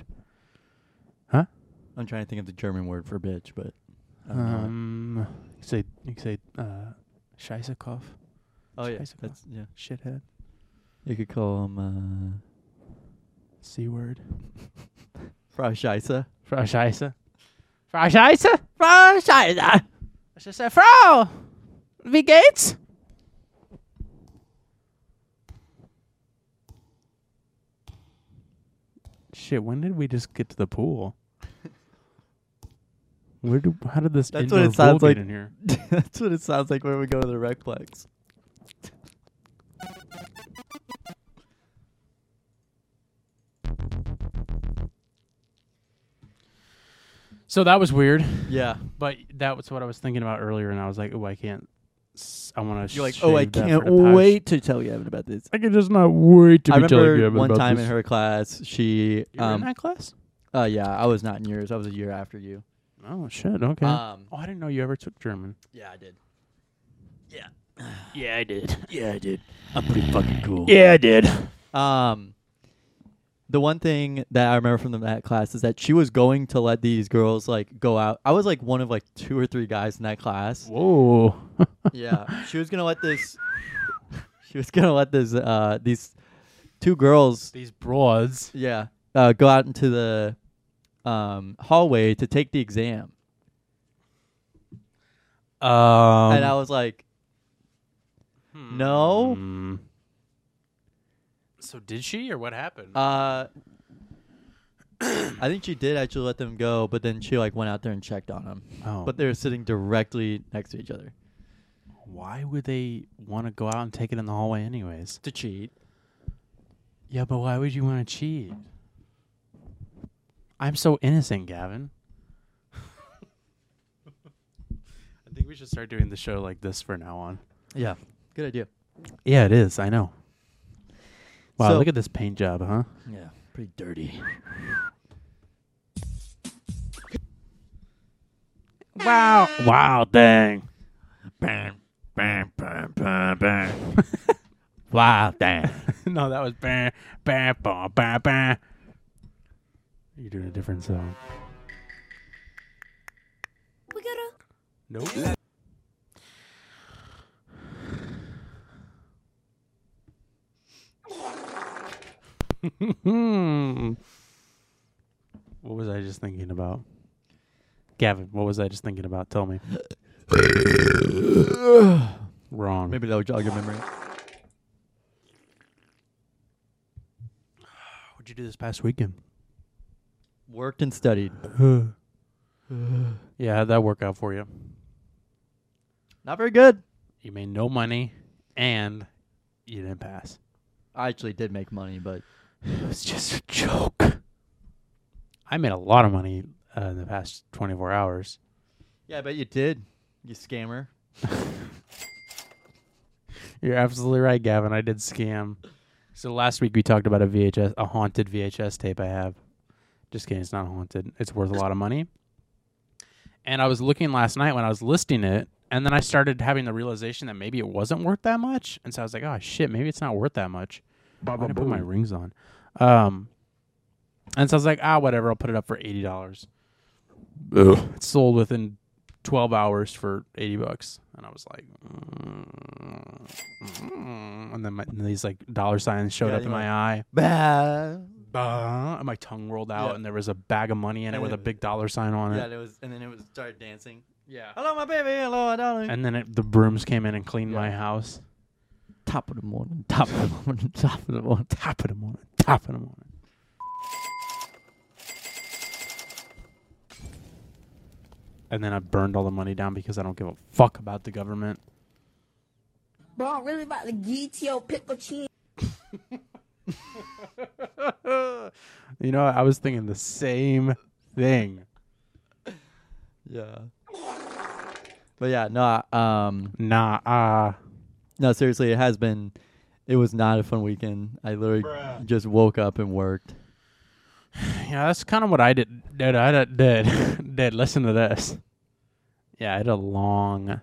S2: I'm trying to think of the German word for bitch, but I don't know.
S1: Um, you say you say uh, Scheissekopf,
S2: oh yeah,
S1: Scheiße,
S2: that's yeah.
S1: shithead,
S2: You could call him
S1: c word,
S2: uh, Frau Scheisse.
S1: Frau Scheisse, Frau Scheisse, Frau Scheisse. She said, "Frau, wie geht's?" Shit, when did we just get to the pool? Where do how did this
S2: That's
S1: indoor
S2: what it
S1: pool
S2: sounds
S1: get
S2: like.
S1: in here?
S2: that's what it sounds like when we go to the recplex.
S1: So that was weird,
S2: Yeah,
S1: but that was what I was thinking about earlier, and I was like, "Oh, I can't. s- I want to."
S2: you're like, oh, I can't wait to tell you about this.
S1: I can just not wait to
S2: I
S1: be telling you
S2: remember
S1: about
S2: one time
S1: this.
S2: in her class, she
S1: You were in
S2: um,
S1: that class?
S2: uh, yeah, I was not in yours. I was a year after you.
S1: Oh shit! Okay.
S2: Um,
S1: oh, I didn't know you ever took German.
S2: yeah, I did.
S5: Yeah, I did. Yeah, I did. I'm pretty fucking cool.
S1: Yeah, I did.
S2: Um, the one thing that I remember from the, that class is that she was going to let these girls like go out. I was like one of like two or three guys in that class.
S1: Whoa.
S2: yeah, she was gonna let this. She was gonna let this uh these two girls
S1: These broads.
S2: yeah uh, go out into the um hallway to take the exam,
S1: Um,
S2: and uh, I was like, no.
S1: So did she, or what happened?
S2: Uh, I think she did actually let them go, but then she like went out there and checked on them.
S1: oh,
S2: But they were sitting directly next to each other
S1: why would they want to go out and take it in the hallway, anyways?
S2: to cheat.
S1: Yeah, but why would you want to cheat? I'm so innocent, Gavin. I think we should start doing the show like this for now on.
S2: Yeah, good idea.
S1: Yeah, it is. I know. Wow,
S2: So-
S1: look at this paint job, huh?
S2: Yeah, pretty dirty.
S1: Wow.
S5: Wow, thing. Bam, bam, bam, bam, bam. wow, thing.
S1: no, that was bam, bam, bam, bam, bam. You're doing a different song. We gotta. Nope. what was I just thinking about? Gavin, what was I just thinking about? Tell me. Wrong.
S2: Maybe that would jog your memory.
S1: What'd you do this past weekend?
S2: Worked and studied.
S1: yeah, how'd that work out for you?
S2: Not very good.
S1: You made no money and you didn't pass.
S2: I actually did make money, but
S1: It was just a joke. I made a lot of money uh, in the past 24 hours.
S2: yeah, I bet you did. You scammer.
S1: You're absolutely right, Gavin. I did scam. So last week we talked about a VHS, a haunted VHS tape I have. Just kidding, it's not haunted. It's worth a lot of money. And I was looking last night when I was listing it, and then I started having the realization that maybe it wasn't worth that much. And so I was like, oh shit, maybe it's not worth that much. Why did I put my rings on. Um, and so I was like, ah, whatever. I'll put it up for eighty dollars. It sold within twelve hours for eighty bucks, and I was like, mm, mm. and then my, and these like dollar signs showed
S2: Yeah,
S1: up
S2: you
S1: in my
S2: went-
S1: eye,
S2: Bah.
S1: bah, and my tongue rolled out,
S2: Yeah.
S1: and there was a bag of money in it
S2: And
S1: with a
S2: it-
S1: big dollar sign on
S2: Yeah,
S1: it.
S2: and it was, and then it was started dancing. Yeah. Hello, my baby. Hello, my darling.
S1: And then it, the brooms came in and cleaned my house.
S6: Top of the morning. Top of the morning. Top of the morning.
S1: Top of the morning, top of the morning. And then I burned all the money down because I don't give a fuck about the government.
S9: Bro, I'm really about to get your pickle cheese.
S1: You know, I was thinking the same thing.
S2: yeah. But yeah, no, I- um,
S1: Nah, ah.
S2: no, seriously, it has been. It was not a fun weekend. I literally just woke up and worked.
S1: yeah, that's kind of what I did. Did I did, did did listen to this? Yeah, I had a long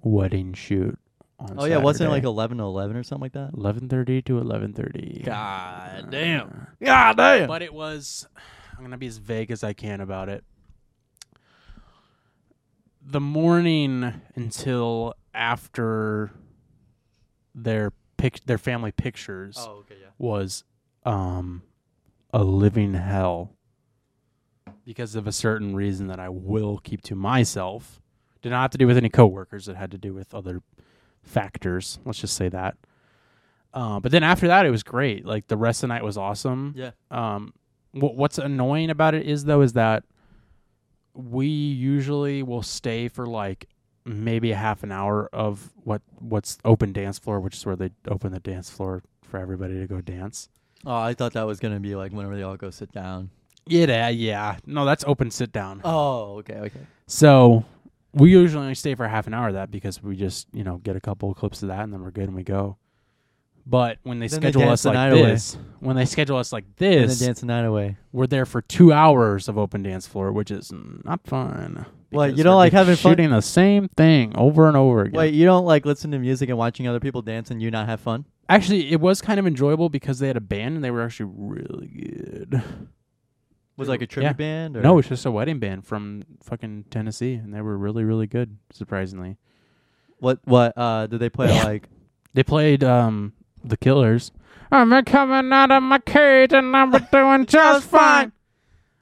S1: wedding shoot. On
S2: Oh yeah, wasn't it like eleven to eleven or something like that?
S1: eleven thirty to eleven thirty? Uh,
S2: God
S1: damn.
S2: God damn.
S1: But it was. I'm gonna be as vague as I can about it. The morning until after their pic, their family pictures.
S2: Oh, okay, yeah.
S1: was um a living hell because of a certain reason that I will keep to myself. Did not have to do with any coworkers. It had to do with other factors. Let's just say that. Uh, but then after that, it was great. Like the rest of the night was awesome.
S2: Yeah.
S1: Um, what what's annoying about it is though is that we usually will stay for like maybe a half an hour of what what's open dance floor, which is where they open the dance floor for everybody to go dance.
S2: Oh, I thought that was gonna be like whenever they all go sit down.
S1: Yeah, yeah. No, that's open sit down.
S2: Oh, okay, okay.
S1: Uh, So we usually only stay for half an hour of that because we just you know get a couple of clips of that and then we're good and we go. But when they
S2: Then they
S1: schedule
S2: dance
S1: us
S2: the
S1: like
S2: night away.
S1: this, when they schedule us like
S2: And then
S1: this,
S2: dance the night away.
S1: we're there for two hours of open dance floor, which is not fun.
S2: What,
S1: because
S2: you don't
S1: we're
S2: like
S1: just
S2: having fun?
S1: shooting the same thing over and over again.
S2: Wait, you don't like listen to music and watching other people dance and you not have fun?
S1: Actually, it was kind of enjoyable because they had a band and they were actually really good.
S2: Was it like a tribute
S1: Yeah.
S2: band? Or?
S1: No, it's just a wedding band from fucking Tennessee, and they were really, really good. Surprisingly,
S2: What? What? Uh, did they play like?
S1: they played um the Killers. I'm coming out of my cage and I'm doing just fine,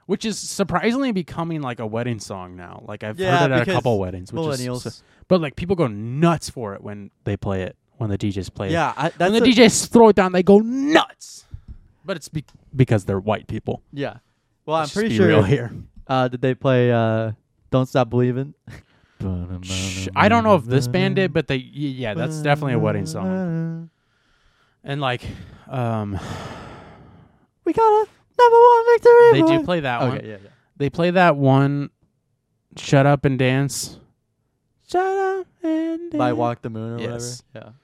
S1: which is surprisingly becoming like a wedding song now. Like I've
S2: Yeah,
S1: heard it at a
S2: because
S1: couple weddings, which
S2: millennials.
S1: Is, but like people go nuts for it when they play it when the DJs play it.
S2: yeah, I, that's
S1: when the
S2: a-
S1: DJs throw it down, they go nuts. But it's be- because they're white people.
S2: Yeah. Well, I'm
S1: Let's just
S2: pretty
S1: be
S2: sure.
S1: real here.
S2: Uh, did they play? Uh, Don't stop believing.
S1: Sh- I don't know if this band did, but they y- yeah, that's definitely a wedding song. And like, um,
S2: We got a number one victory.
S1: they do
S2: boy.
S1: play that
S2: Okay,
S1: one.
S2: yeah, yeah.
S1: They play that one. Shut up and dance. Shut up and dance.
S2: By Walk the Moon or
S1: Yes.
S2: whatever.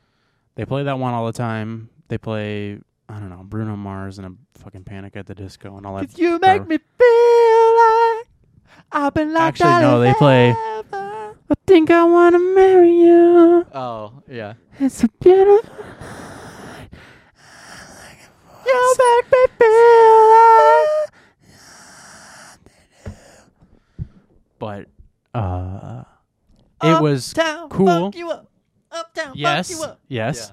S1: They play that one all the time. They play I don't know Bruno Mars and a fucking Panic at the Disco and all
S2: Yeah.
S1: that.
S2: Cause you
S1: make whatever.
S2: make me feel like I've been
S1: locked
S2: locked
S1: Actually, out no, they play- I think I wanna marry you.
S2: Oh yeah.
S1: It's a beautiful.
S2: You make me feel
S1: But uh, it was cool.
S2: you up. Uptown.
S1: yes. Yes.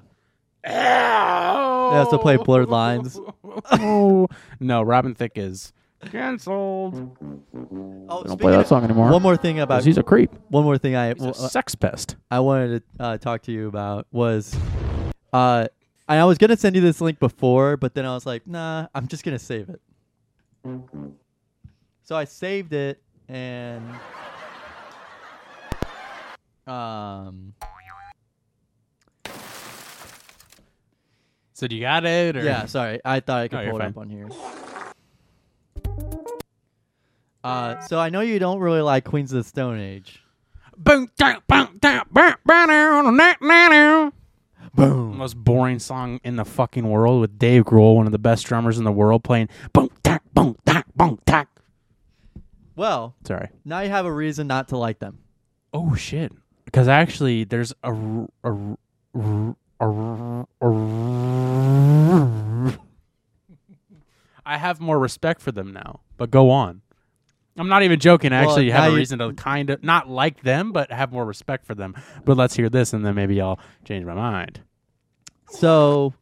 S2: They have to play blurred lines.
S1: oh no, Robin Thicke is canceled.
S2: Oh,
S1: Don't play that song anymore.
S2: one more thing about
S1: he's a creep.
S2: one more thing I
S1: He's a
S2: well, uh,
S1: sex pest.
S2: I wanted to uh, talk to you about was uh, I And I was gonna send you this link before, but then I was like, nah, I'm just gonna save it. So I saved it and um
S1: So do you got it? Or?
S2: yeah, sorry. I thought I could
S1: No, you're
S2: pull it
S1: fine.
S2: up on here. Uh, so I know you don't really like Queens of the Stone Age.
S1: Boom, down, boom, down, boom, boom, down, down, down, down.
S2: Boom.
S1: Most boring song in the fucking world with Dave Grohl, one of the best drummers in the world, playing boom, tack, boom, tack, boom, tack.
S2: Well,
S1: Sorry.
S2: now you have a reason not to like them.
S1: Oh shit! Because actually, there's a r- a r- r- a r- a r- I have more respect for them now. But go on. I'm not even joking. I
S2: Well,
S1: actually
S2: now
S1: have a
S2: you-
S1: reason to kind of not like them, but have more respect for them. But let's hear this, and then maybe I'll change my mind.
S2: So,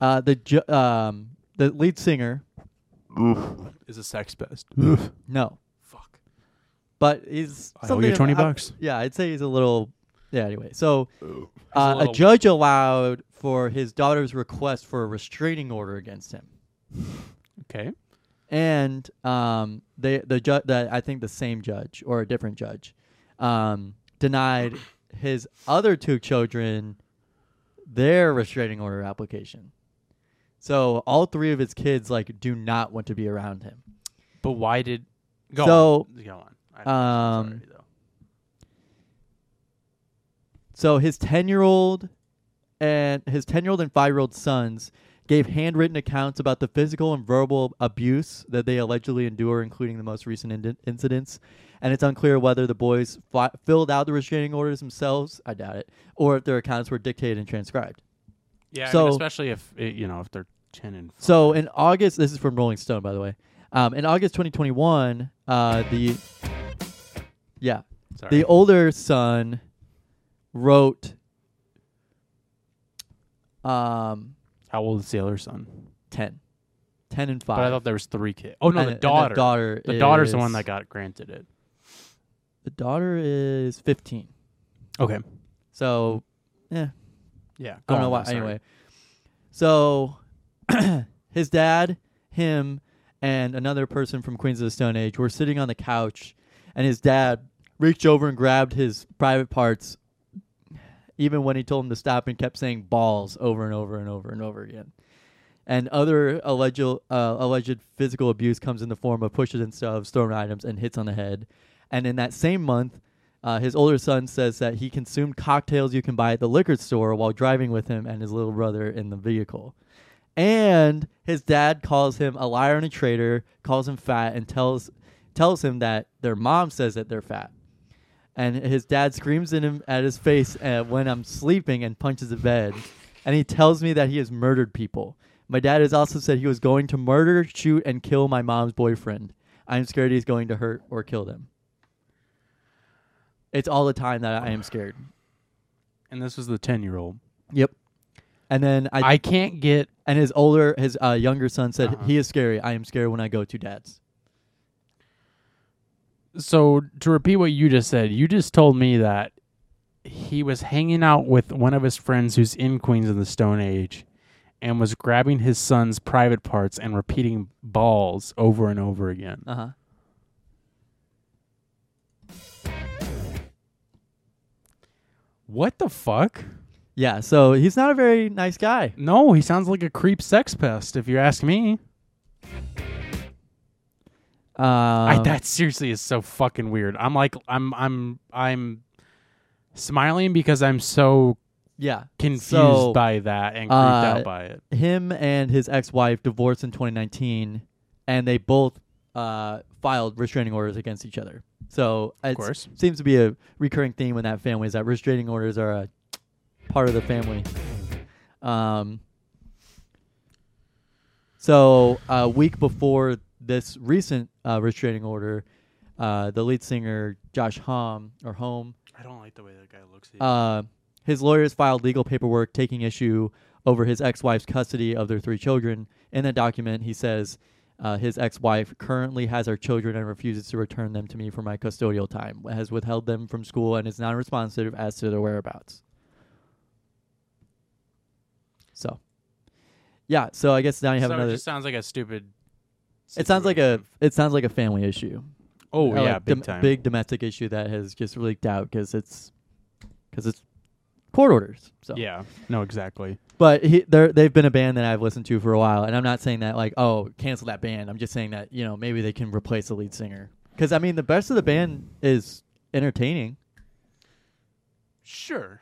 S2: uh, the ju- um, the lead singer,
S1: Is a sex best.
S2: no,
S1: Fuck.
S2: but he's
S1: I owe
S2: something
S1: you 20
S2: of-
S1: bucks.
S2: yeah, I'd say he's a little. Yeah. Anyway, so
S1: He's a
S2: uh, a
S1: little-
S2: judge allowed for his daughter's request for a restraining order against him.
S1: Okay.
S2: and um, they the judge that I think the same judge or a different judge um, denied his other two children their restraining order application. So all three of his kids like do not want to be around him.
S1: But why did? Go
S2: So,
S1: on. Go on. I-
S2: um,
S1: sorry, though.
S2: So his ten year old and his ten year old and five year old sons gave handwritten accounts about the physical and verbal abuse that they allegedly endure, including the most recent in- incidents. And it's unclear whether the boys fi- filled out the restraining orders themselves. I doubt it, or if their accounts were dictated and transcribed.
S1: Yeah, I mean,
S2: So-
S1: especially if uh, you know if they're ten and f-
S2: So in August, this is from Rolling Stone, by the way. Um, in August 2021, uh, the yeah,
S1: sorry.
S2: the older son wrote um
S1: How old is the other son?
S2: 10 10 and 5
S1: But I thought there was three kids. Oh no,
S2: And-
S1: the
S2: and
S1: daughter.
S2: the daughter
S1: The daughter's the one
S2: is-
S1: that got granted it.
S2: the daughter is 15
S1: Okay.
S2: so
S1: Yeah.
S2: I don't know why anyway so his dad him and another person from Queens of the Stone Age were sitting on the couch and his dad reached over and grabbed his private parts even when he told him to stop and kept saying balls over and over and over and over again. And other alleged uh, alleged physical abuse comes in the form of pushes and shoves, thrown items, and hits on the head. And in that same month, uh, his older son says that he consumed cocktails you can buy at the liquor store while driving with him and his little brother in the vehicle. And his dad calls him a liar and a traitor, calls him fat, and tells tells him that their mom says that they're fat and his dad screams in him at his face uh, when I'm sleeping and punches the bed, and he tells me that he has murdered people. My dad has also said he was going to murder, shoot, and kill my mom's boyfriend. I'm scared he's going to hurt or kill them. It's all the time that I am scared.
S1: And this was the ten-year-old.
S2: Yep. And then I,
S1: I can't get.
S2: and his older his uh, younger son said
S1: Uh-huh.
S2: he is scary. I am scared when I go to dad's.
S1: So to repeat what you just said, you just told me that he was hanging out with one of his friends who's in Queens of the Stone Age, and was grabbing his son's private parts and repeating balls over and over again.
S2: Uh huh.
S1: What the fuck?
S2: Yeah. So he's not a very nice guy.
S1: No, he sounds like a creep sex pest. If you ask me.
S2: Um,
S1: I, that seriously is so fucking weird. I'm like, I'm, I'm, I'm smiling because I'm so
S2: yeah.
S1: confused
S2: So,
S1: by that and creeped
S2: uh,
S1: out by it.
S2: him and his ex-wife divorced in 2019 and they both uh, filed restraining orders against each other so it
S1: course.
S2: seems to be a recurring theme in that family is that restraining orders are a part of the family um, so a week before this recent uh, restraining order uh, the lead singer josh hom or home
S1: I don't like the way that guy looks.
S2: uh, his lawyers filed legal paperwork taking issue over his ex-wife's custody of their three children. In that document, he says uh, his ex-wife currently has our children and refuses to return them to me for my custodial time, has withheld them from school, and is non-responsive as to their whereabouts. So Yeah, so I guess now you have
S1: so it
S2: another.
S1: just sounds like a stupid.
S2: It sounds like a
S1: situation.
S2: it sounds like a family issue.
S1: Oh
S2: Uh,
S1: yeah,
S2: like
S1: big
S2: dom-
S1: time.
S2: big domestic issue that has just leaked out because it's because it's court orders. So
S1: Yeah. No, exactly.
S2: but he, they're, they've been a band that I've listened to for a while, and I'm not saying that like oh cancel that band. I'm just saying that you know maybe they can replace the lead singer because I mean the best of the band is entertaining,
S1: Sure.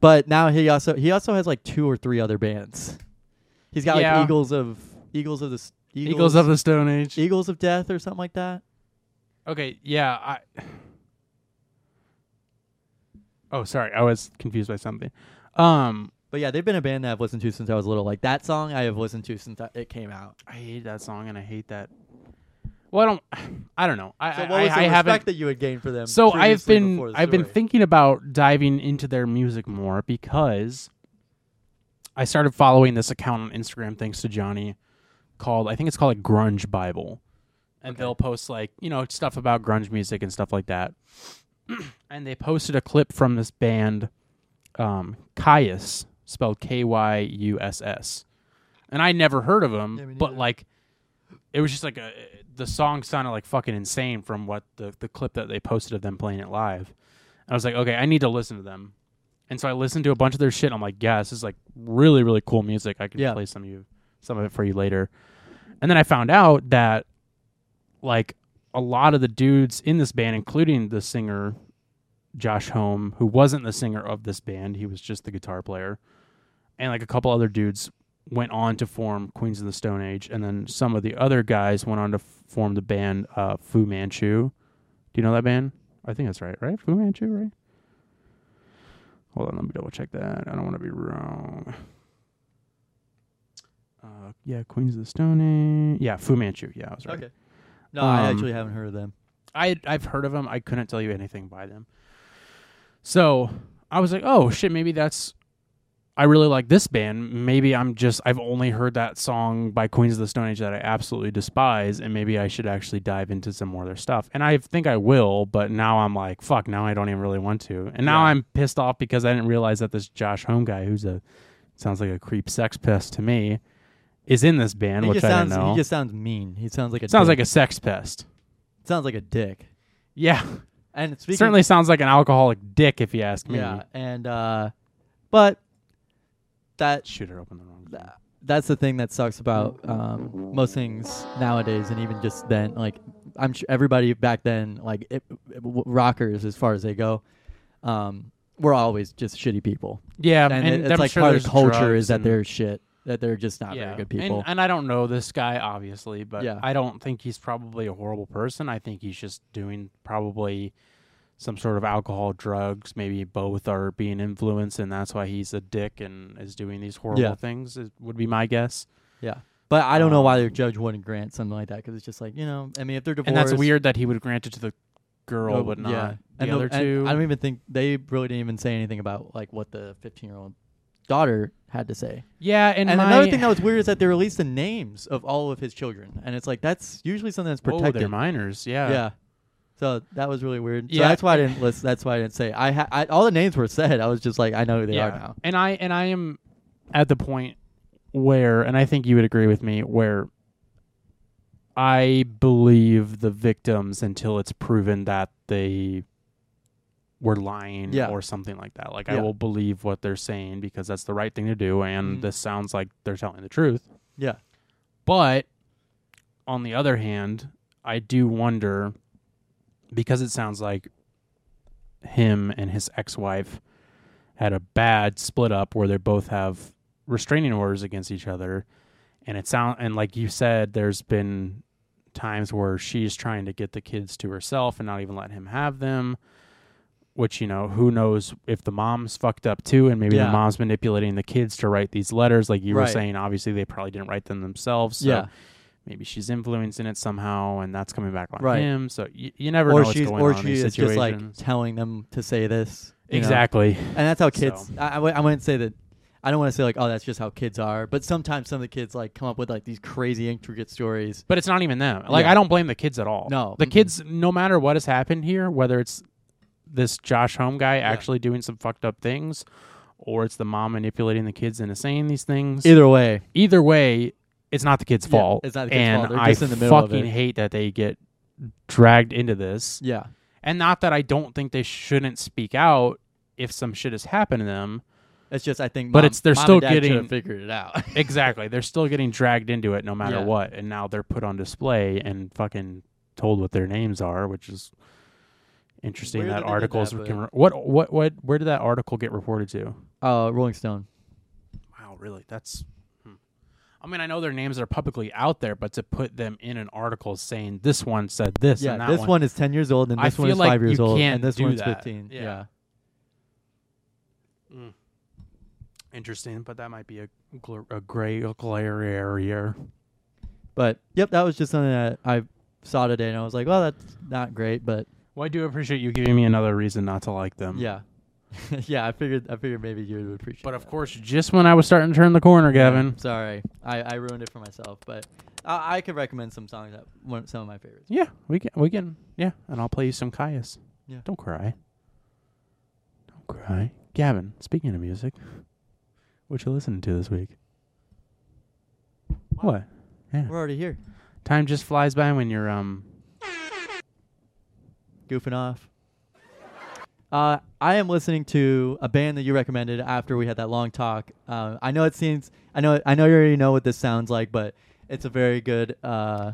S2: but now he also he also has like two or three other bands. He's got
S1: Yeah.
S2: like Eagles of Eagles of the S- Eagles,
S1: Eagles, of the Stone Age.
S2: Eagles of Death or something like that.
S1: okay. Yeah. I. Oh, sorry. I was confused by something. Um,
S2: But yeah, they've been a band that I've listened to since I was little. Like that song I have listened to since I- it came out.
S1: I hate that song and I hate that. Well, I don't. I don't know. I
S2: So
S1: I-
S2: what was
S1: I,
S2: the
S1: I haven't.
S2: respect that you had gained for them?
S1: So I've
S2: previously
S1: been
S2: before the
S1: I've been
S2: story?
S1: thinking about diving into their music more because I started following this account on Instagram thanks to Johnny called I think it's called like Grunge Bible. And they'll post like, you know, stuff about grunge music and stuff like that. and they posted a clip from this band um Caius, spelled K Y U S S. And I never heard of them,
S2: Yeah, me
S1: but
S2: neither.
S1: like it was just like a, the song sounded like fucking insane from what the, the clip that they posted of them playing it live. And I was like, okay, I need to listen to them. And so I listened to a bunch of their shit. And I'm like, yeah, this is like really, really cool music. I can
S2: Yeah.
S1: play some of you, some of it for you later. And then I found out that like a lot of the dudes in this band, including the singer Josh Home, who wasn't the singer of this band, he was just the guitar player, and like a couple other dudes went on to form Queens of the Stone Age, and then some of the other guys went on to f- form the band uh, Fu Manchu. Do you know that band? I think that's right, right? Fu Manchu, right? Hold on, let me double check that. I don't want to be wrong. Uh, yeah, Queens of the Stone Age. Yeah, Fu Manchu. Yeah, I was right.
S2: Okay. No, I
S1: Um,
S2: actually haven't heard of them.
S1: I I've heard of them. I couldn't tell you anything by them. So I was like, oh shit, maybe that's. I really like this band. Maybe I'm just I've only heard that song by Queens of the Stone Age that I absolutely despise, and maybe I should actually dive into some more of their stuff. And I think I will, but now I'm like, fuck, now I don't even really want to. And now
S2: Yeah.
S1: I'm pissed off because I didn't realize that this Josh Home guy, who's a sounds like a creep sex pest to me, is in this band,
S2: he
S1: which
S2: just
S1: I
S2: sounds
S1: don't know.
S2: he just sounds mean. He sounds like a
S1: sounds
S2: dick.
S1: like a sex pest.
S2: sounds like a dick.
S1: Yeah.
S2: And speaking
S1: Certainly sounds like an alcoholic dick, if you ask me.
S2: yeah, and uh but that
S1: Shooter opened the wrong. thing.
S2: that's the thing that sucks about um, most things nowadays, and even just then. Like, I'm sure everybody back then, like it, it- w- rockers as far as they go, um, were always just shitty people.
S1: Yeah,
S2: and,
S1: Um, and,
S2: it- it's
S1: I'm
S2: like
S1: sure
S2: part of
S1: there's
S2: culture
S1: drugs
S2: is that
S1: and-
S2: they're shit, that they're just not
S1: yeah.
S2: very good people.
S1: And, and I don't know this guy obviously, but
S2: Yeah.
S1: I don't think he's probably a horrible person. I think he's just doing probably some sort of alcohol, drugs. Maybe both are being influenced, and that's why he's a dick and is doing these horrible
S2: Yeah.
S1: things. Is, would be my guess.
S2: yeah, but I don't know why the judge wouldn't grant something like that because it's just like you know, I mean, if they're divorced,
S1: Um, And that's weird that he would grant it to the girl,
S2: oh,
S1: but not
S2: yeah.
S1: the
S2: and
S1: other
S2: and
S1: two.
S2: I don't even think they really didn't even say anything about like what the 15 year old daughter had to say.
S1: yeah, and,
S2: And
S1: my,
S2: another thing that was weird is that they released the names of all of his children, and it's like that's usually something that's
S1: oh,
S2: protected.
S1: they're minors.
S2: yeah.
S1: Yeah,
S2: So that was really weird. So
S1: Yeah.
S2: that's why I didn't list. That's why I didn't say. I, ha- I all the names were said. I was just like, I know who they are now.
S1: And I and I am at the point where, and I think you would agree with me, where I believe the victims until it's proven that they were lying
S2: Yeah.
S1: or something like that. Like I
S2: Yeah.
S1: will believe what they're saying because that's the right thing to do, and
S2: Mhm.
S1: this sounds like they're telling the truth.
S2: Yeah.
S1: But on the other hand, I do wonder because it sounds like him and his ex-wife had a bad split up where they both have restraining orders against each other and it sound and like you said there's been times where she's trying to get the kids to herself and not even let him have them which you know who knows if the mom's fucked up too and maybe
S2: Yeah.
S1: the mom's manipulating the kids to write these letters like you were
S2: Right.
S1: saying obviously they probably didn't write them themselves so
S2: yeah.
S1: maybe she's influencing it somehow and that's coming back on
S2: Right.
S1: him so you, you never know
S2: Or
S1: what's
S2: she's
S1: going
S2: or
S1: on in
S2: she
S1: these
S2: is just like
S1: situations
S2: telling them to say this. you know?
S1: exactly
S2: And that's how kids.
S1: So.
S2: I I, w- I wouldn't say that. I don't want to say like, oh, that's just how kids are. But sometimes some of the kids like come up with like these crazy intricate stories.
S1: But it's not even them. Like
S2: Yeah.
S1: I don't blame the kids at all.
S2: No,
S1: the
S2: mm-mm.
S1: kids, no matter what has happened here, whether it's this Josh Home guy actually doing some fucked up things, or it's the mom manipulating the kids into saying these things.
S2: Either way,
S1: Either way, it's not the kid's
S2: Yeah,
S1: fault.
S2: it's not the kid's
S1: and
S2: fault. They're
S1: I
S2: just in the middle of
S1: fucking
S2: it.
S1: hate that they get dragged into this.
S2: yeah,
S1: And not that I don't think they shouldn't speak out if some shit has happened to them.
S2: it's just I think.
S1: But
S2: mom-
S1: it's- they're
S2: mom
S1: still
S2: and dad should
S1: getting-
S2: have figured it out.
S1: Exactly. They're still getting dragged into it no matter
S2: Yeah.
S1: what. And now they're put on display and fucking told what their names are, which is interesting
S2: Weird
S1: that,
S2: that they did
S1: articles
S2: that,
S1: can
S2: but-
S1: what what what where did that article get reported to?
S2: uh, Rolling Stone.
S1: Wow, really? That's hmm. I mean, I know their names are publicly out there, but to put them in an article saying this one said this
S2: Yeah,
S1: and that
S2: this
S1: one,
S2: one. is ten years old, and
S1: I
S2: this one
S1: feel
S2: is
S1: like
S2: five years
S1: you
S2: old,
S1: can't
S2: and this
S1: do
S2: one's
S1: that.
S2: fifteen.
S1: Yeah.
S2: yeah.
S1: interesting, but that might be a gl- a gray glare area.
S2: But yep, that was just something that I saw today, and I was like, well, that's not great, but
S1: Well, I do appreciate you giving me another reason not to like them.
S2: yeah, yeah. I figured, I figured maybe you would appreciate.
S1: Mm. But of
S2: that.
S1: course, just when I was starting to turn the corner, Gavin.
S2: sorry, I, I ruined it for myself, but I, I could recommend some songs that one, some of my favorites.
S1: Yeah, we can. We can. Yeah, and I'll play you some Caius.
S2: Yeah.
S1: Don't cry. Don't cry, Gavin. Speaking of music, what you listening to this week? What?
S2: We're already here,
S1: Time just flies by when you're um.
S2: goofing off. Uh, I am listening to a band that you recommended after we had that long talk. Uh, I know it seems, I know, I know you already know what this sounds like, but it's a very good. Uh,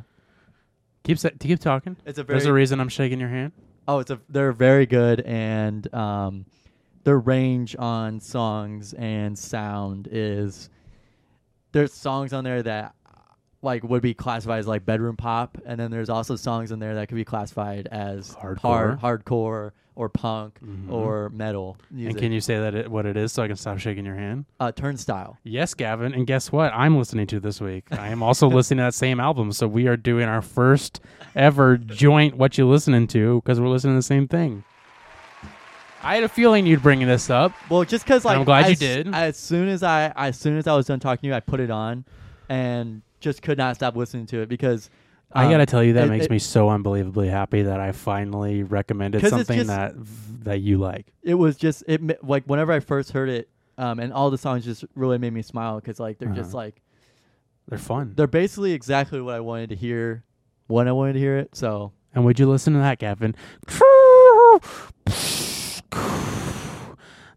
S1: Keep sa- keep talking.
S2: it's a very
S1: There's a reason I'm shaking your hand.
S2: Oh, it's a they're very good and um their range on songs and sound is there's songs on there that like would be classified as like bedroom pop and then there's also songs in there that could be classified as hard hardcore or punk or metal music.
S1: Mm-hmm. And can you say that it, what it is so I can stop shaking your hand?
S2: uh, turnstile.
S1: Yes, Gavin. And guess what? I'm listening to this week. I am also listening to that same album. So we are doing our first ever joint What You Listening To because we're listening to the same thing. I had a feeling you'd bring this up.
S2: Well, just because like
S1: I'm glad you
S2: as-
S1: did.
S2: As soon as I as soon as I was done talking to you, I put it on and just could not stop listening to it because
S1: I
S2: um,
S1: got to tell you, that
S2: it-
S1: makes
S2: it-
S1: me so unbelievably happy that I finally recommended
S2: 'Cause it's
S1: something
S2: just-
S1: that that you like.
S2: it was just it ma- like whenever I first heard it, um, and all the songs just really made me smile because like they're just
S1: Uh-huh.
S2: like
S1: They're fun.
S2: they're basically exactly what I wanted to hear when I wanted to hear it. So
S1: and would you listen to that, Gavin?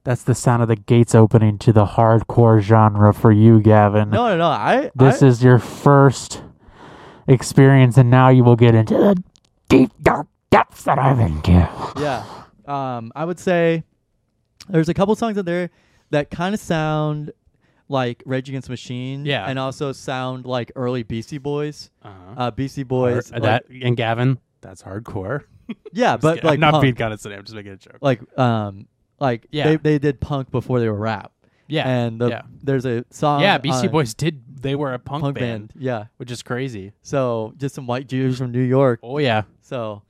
S1: That's the sound of the gates opening to the hardcore genre for you, Gavin.
S2: no, no, no. I
S1: This is your first experience, and now you will get into the
S3: Deep dark depths that I'm
S2: Uh-huh.
S3: into.
S2: yeah. Um, I would say there's a couple songs out there that kind of sound like Rage Against the Machine,
S1: Yeah.
S2: and also sound like early BC Boys.
S1: uh-huh.
S2: Uh, BC Boys, like-
S1: that and Gavin. That's hardcore.
S2: yeah, but like
S1: I'm not
S2: punk.
S1: being condescending. I'm just making a joke.
S2: like um like
S1: Yeah.
S2: they they did punk before they were rap.
S1: Yeah,
S2: and the,
S1: yeah.
S2: there's a song.
S1: yeah, BC
S2: on-
S1: Boys did. They were a punk,
S2: punk
S1: band,
S2: band. Yeah.
S1: which is crazy.
S2: So just some white Jews from New York.
S1: Oh yeah,
S2: So,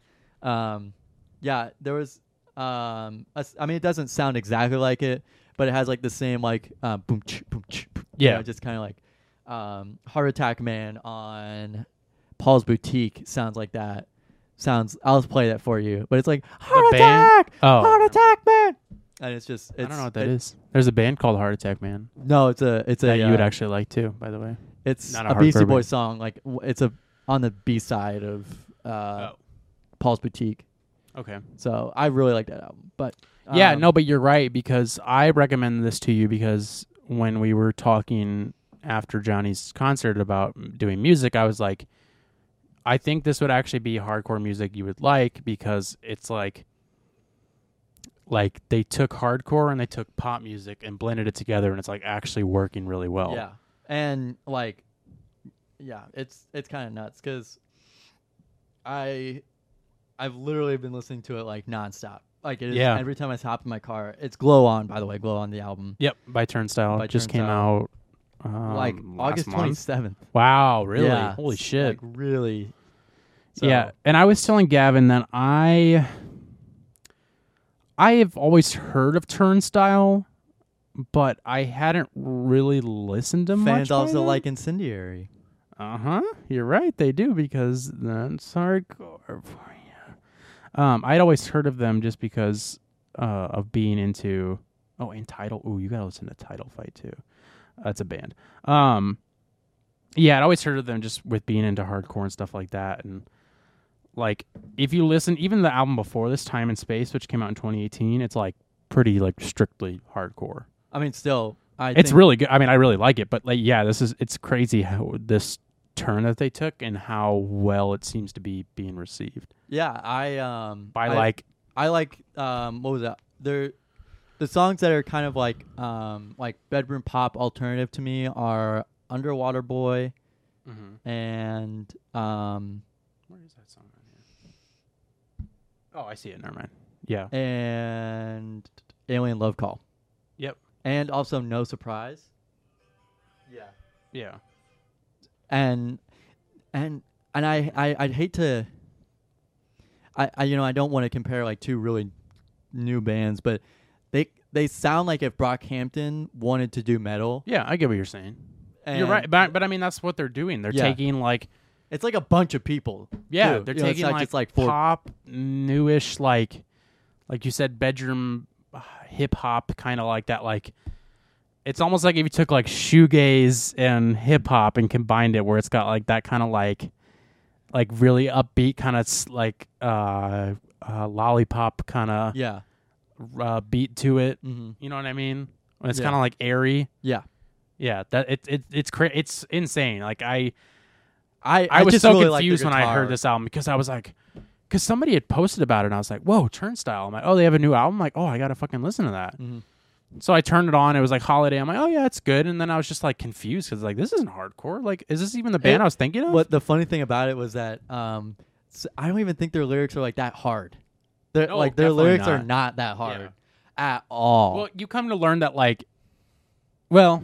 S2: um, yeah, there was. Um, a s- I mean, it doesn't sound exactly like it, but it has like the same like uh, boom ch boom ch. boom, you
S1: Yeah.
S2: know, just kind of like um, Heart Attack Man on Paul's Boutique sounds like that. Sounds. I'll play that for you, but it's like Heart
S1: band?
S2: Attack,
S1: Oh.
S2: Heart Attack Man, and it's just. It's,
S1: I don't know what that
S2: it-
S1: is. There's a band called Heart Attack Man
S2: No, it's a it's a
S1: that you would
S2: uh,
S1: actually like too. By the way,
S2: It's
S1: Not
S2: a,
S1: a
S2: Beastie
S1: hardcore band.
S2: Boys song. Like w- it's a on the B side of uh,
S1: Oh.
S2: Paul's Boutique.
S1: okay.
S2: So I really like that album. But
S1: yeah,
S2: um,
S1: no, but you're right because I recommend this to you because when we were talking after Johnny's concert about doing music, I was like, I think this would actually be hardcore music you would like because it's like, like they took hardcore and they took pop music and blended it together, and it's like actually working really well.
S2: yeah, and like, yeah, it's it's kind of nuts because I I've literally been listening to it like nonstop. Like it is
S1: Yeah.
S2: every time I hop in my car. It's Glow On, by the way. Glow On the album,
S1: Yep. By Turnstile
S2: By
S1: It just came
S2: Turnstile.
S1: out. Um,
S2: like
S1: last
S2: August
S1: month.
S2: twenty seventh.
S1: Wow, really? Holy shit.
S2: Like really.
S1: Yeah,
S2: So,
S1: and I was telling Gavin that I I have always heard of Turnstile, but I hadn't really listened to much.
S2: Fans also
S1: by
S2: like Incendiary.
S1: Uh huh. You're right. They do because that's hardcore for you. Um, I'd always heard of them just because uh, of being into Oh, and Title. Ooh, you gotta listen to Title Fight too. That's a band. Um, yeah, I'd always heard of them just with being into hardcore and stuff like that. And like, if you listen, even the album before this, Time and Space, which came out in 2018, it's like pretty like strictly hardcore.
S2: I mean, still, I
S1: it's
S2: think-
S1: really good. I mean, I really like it. But like, yeah, this is it's crazy how this turn that they took and how well it seems to be being received
S2: yeah. I um
S1: by
S2: I-
S1: like
S2: I like um what was that? There the songs that are kind of like um like bedroom pop alternative to me are Underwater Boy and um
S1: Mm-hmm. Where is that song on here? Oh, I see it. Never mind. Yeah.
S2: and Alien Love Call.
S1: Yep.
S2: And also No Surprise. Yeah.
S1: Yeah.
S2: and and and I, I I'd hate to. I, I you know I don't want to compare like two really new bands, but they they sound like if Brockhampton wanted to do metal.
S1: Yeah, I get what you're saying. you're
S2: and
S1: right, but, but I mean that's what they're doing. They're
S2: Yeah.
S1: taking like
S2: It's like a bunch of people.
S1: yeah,
S2: too.
S1: they're
S2: You know,
S1: taking
S2: it's not
S1: like,
S2: just like four.
S1: pop, newish like like you said bedroom hip hop kind of like that like it's almost like if you took like shoegaze and hip hop and combined it where it's got like that kind of like like really upbeat kind of like uh, uh lollipop kind of
S2: Yeah,
S1: uh, beat to it.
S2: hmm
S1: You know what I mean? When it's
S2: Yeah.
S1: kind of like airy.
S2: yeah.
S1: Yeah, that it, it it's cra- it's insane. Like I
S2: I
S1: I, was
S2: just
S1: so
S2: really like the
S1: confused when I
S2: guitar.
S1: heard this album because I was like, because somebody had posted about it and I was like, whoa, Turnstile. I'm like, oh, they have a new album. like, oh, I gotta fucking listen to that.
S2: Mhm.
S1: So I turned it on. It was like Holiday. I'm like, oh yeah, it's good. And then I was just like confused because like this isn't hardcore. Like, is this even the band
S2: It-
S1: I was thinking of?
S2: What the funny thing about it was that um, s- I don't even think their lyrics are like that hard. They're,
S1: No,
S2: like their
S1: definitely
S2: lyrics are
S1: not.
S2: not that hard at all.
S1: Well, you come to learn that like, well,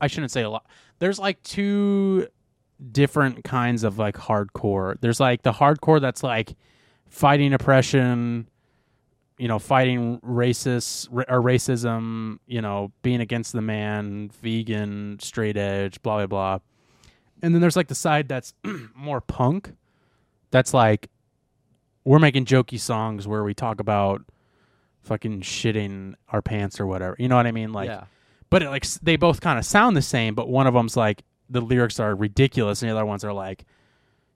S1: I shouldn't say a lot. There's like two different kinds of like hardcore. There's like the hardcore that's like fighting oppression, you know, fighting racist ra- or racism, you know, being against the man, vegan, straight edge, blah blah blah. And then there's like the side that's more punk. That's like we're making jokey songs where we talk about fucking shitting our pants or whatever. You know what I mean? Like,
S2: yeah.
S1: but it, like s- they both kind of sound the same, but one of them's like the lyrics are ridiculous, and the other ones are like,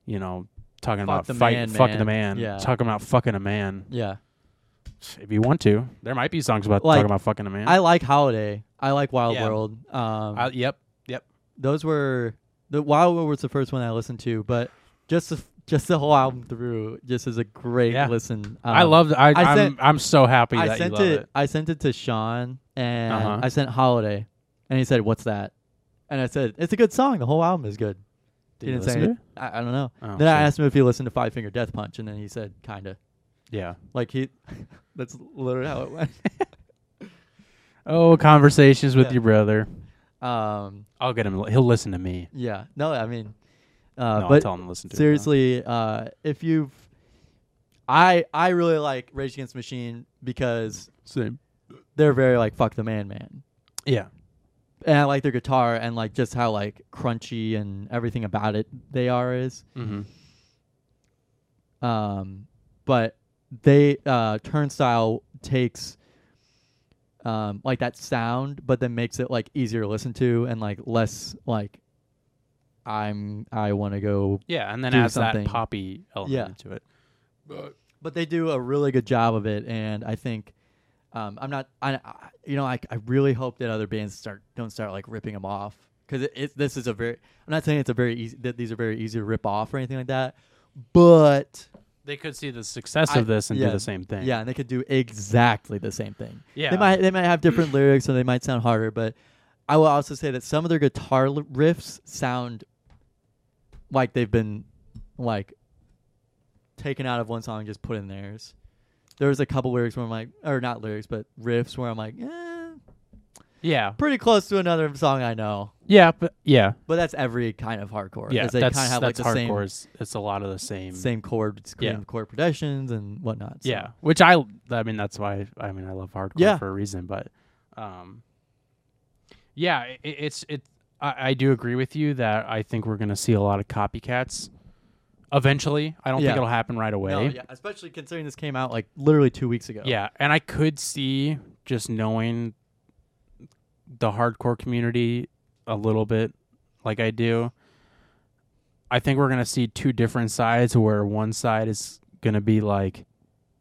S1: you know, talking
S2: Fuck
S1: about
S2: the
S1: fighting,
S2: man,
S1: fucking the
S2: man.
S1: man,
S2: Yeah.
S1: talking about fucking a man.
S2: Yeah.
S1: If you want to, there might be songs about
S2: Like,
S1: talking about fucking a man.
S2: I like Holiday. I like Wild
S1: Yeah.
S2: World. Um,
S1: I- yep, yep.
S2: those were the Wild World was the first one I listened to, but just the, just the whole album through just is a great
S1: Yeah.
S2: listen. Um,
S1: I love. I,
S2: I
S1: I'm,
S2: sent-
S1: I'm so happy that
S2: I sent
S1: you love it.
S2: I sent it to Sean and
S1: Uh-huh.
S2: I sent Holiday, and he said, "What's that?" And I said, "It's a good song. The whole album is good."
S1: Did
S2: he
S1: you
S2: didn't
S1: listen
S2: say
S1: to
S2: it. I, I don't know.
S1: Oh,
S2: then I
S1: shit.
S2: asked him if he listened to Five Finger Death Punch, and then he said, "Kinda."
S1: Yeah.
S2: Like he, that's literally how it went.
S1: Oh, conversations with
S2: Yeah.
S1: your brother.
S2: um,
S1: I'll get him. He'll listen to me.
S2: yeah. No, I mean, uh,
S1: no, I'll
S2: but
S1: tell him to listen to it, no.
S2: seriously uh if you've i i really like rage against the machine because
S1: Same.
S2: they're very like fuck the man man
S1: Yeah.
S2: and i like their guitar and like just how like crunchy and everything about it they are is
S1: Mm-hmm.
S2: um but they uh turnstile takes um like that sound but then makes it like easier to listen to and like less like i'm i want to go
S1: Yeah, and then
S2: do
S1: adds
S2: something.
S1: that poppy element to it.
S2: but they do a really good job of it and i think um, i'm not I, I you know I, I really hope that other bands start don't start like ripping them off because it, it, this is a very i'm not saying it's a very easy that these are very easy to rip off or anything like that but
S1: They could see the success
S2: I-
S1: of this and
S2: yeah,
S1: do the same thing.
S2: yeah and they could do exactly the same thing
S1: Yeah.
S2: they might they might have different lyrics or they might sound harder but i will also say that some of their guitar li- riffs sound like they've been like taken out of one song and just put in theirs there was a couple lyrics where i'm like or not lyrics but riffs where i'm like eh,
S1: Yeah.
S2: pretty close to another song i know
S1: Yeah, but yeah.
S2: but that's every kind of hardcore
S1: Yeah,
S2: 'cause they
S1: that's
S2: kind of have
S1: that's
S2: like the
S1: hardcore. It's, it's a lot of the same.
S2: same same chord scream
S1: Yeah.
S2: chord progressions and whatnot so.
S1: Yeah, which I I mean that's why I mean I love hardcore
S2: Yeah.
S1: for a reason, but um, yeah, it, it's it. I, I do agree with you that I think we're gonna see a lot of copycats eventually. I don't
S2: Yeah.
S1: think it'll happen right away.
S2: No, yeah, especially considering this came out like literally two weeks ago
S1: Yeah, and I could see just knowing the hardcore community a little bit like I do, I think we're going to see two different sides where one side is going to be like,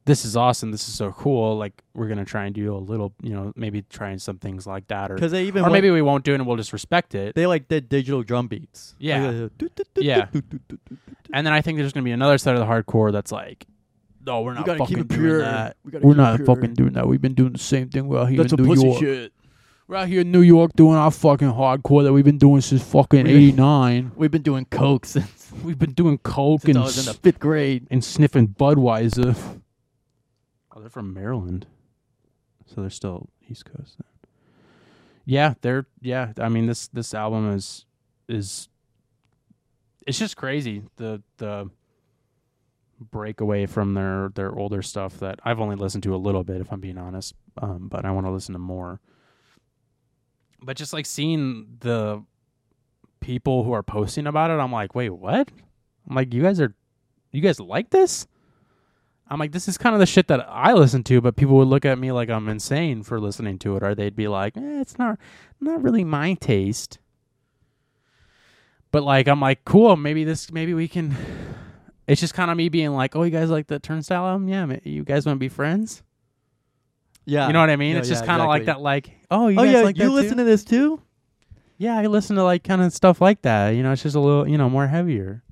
S1: this is awesome. This is so cool. Like, we're going to try and do a little, you know, maybe trying some things like that. Or,
S2: because they even
S1: or
S2: went-
S1: maybe we won't do it and we'll just respect it.
S2: they like did digital drum beats.
S1: Yeah.
S2: Like, uh, do, do, do,
S1: Yeah.
S2: do, do, do, do, do.
S1: And then I think there's going to be another side of the hardcore that's like, no, we're not
S6: gotta
S1: fucking
S6: keep it
S1: doing
S6: pure.
S1: that.
S6: We gotta
S1: are
S6: keep it
S1: not
S6: pure.
S1: fucking doing that. We've been doing the same thing we're out here
S6: That's
S1: in
S6: a
S1: New
S6: pussy
S1: York.
S6: shit.
S1: We're out here in New York doing our fucking hardcore that we've been doing since fucking
S6: We-
S1: '89.
S6: We've been doing coke since,
S1: We've been doing coke
S6: since
S1: and
S6: I was in
S1: s-
S6: the fifth grade.
S1: and sniffing Budweiser. Oh, they're from Maryland, so they're still East Coast. Then. Yeah, they're yeah. I mean this this album is is it's just crazy the the breakaway from their their older stuff that I've only listened to a little bit if I'm being honest, um, but I want to listen to more. But just like seeing the people who are posting about it, I'm like, wait, what? I'm like, you guys are you guys like this? I'm like, this is kind of the shit that I listen to, but people would look at me like I'm insane for listening to it, or they'd be like, eh, it's not not really my taste. But like I'm like, cool, maybe this maybe we can it's just kind of me being like, Oh, you guys like the turnstile album? Yeah, ma- you guys wanna be friends?
S2: Yeah.
S1: You know what I mean?
S2: No,
S1: it's just
S2: yeah,
S1: kinda like that
S2: exactly.
S1: like, oh you
S2: oh
S1: guys
S2: yeah,
S1: like
S2: you
S1: that
S2: listen
S1: too?
S2: to this too?
S1: Yeah, I listen to like kind of stuff like that. You know, it's just a little you know, more heavier.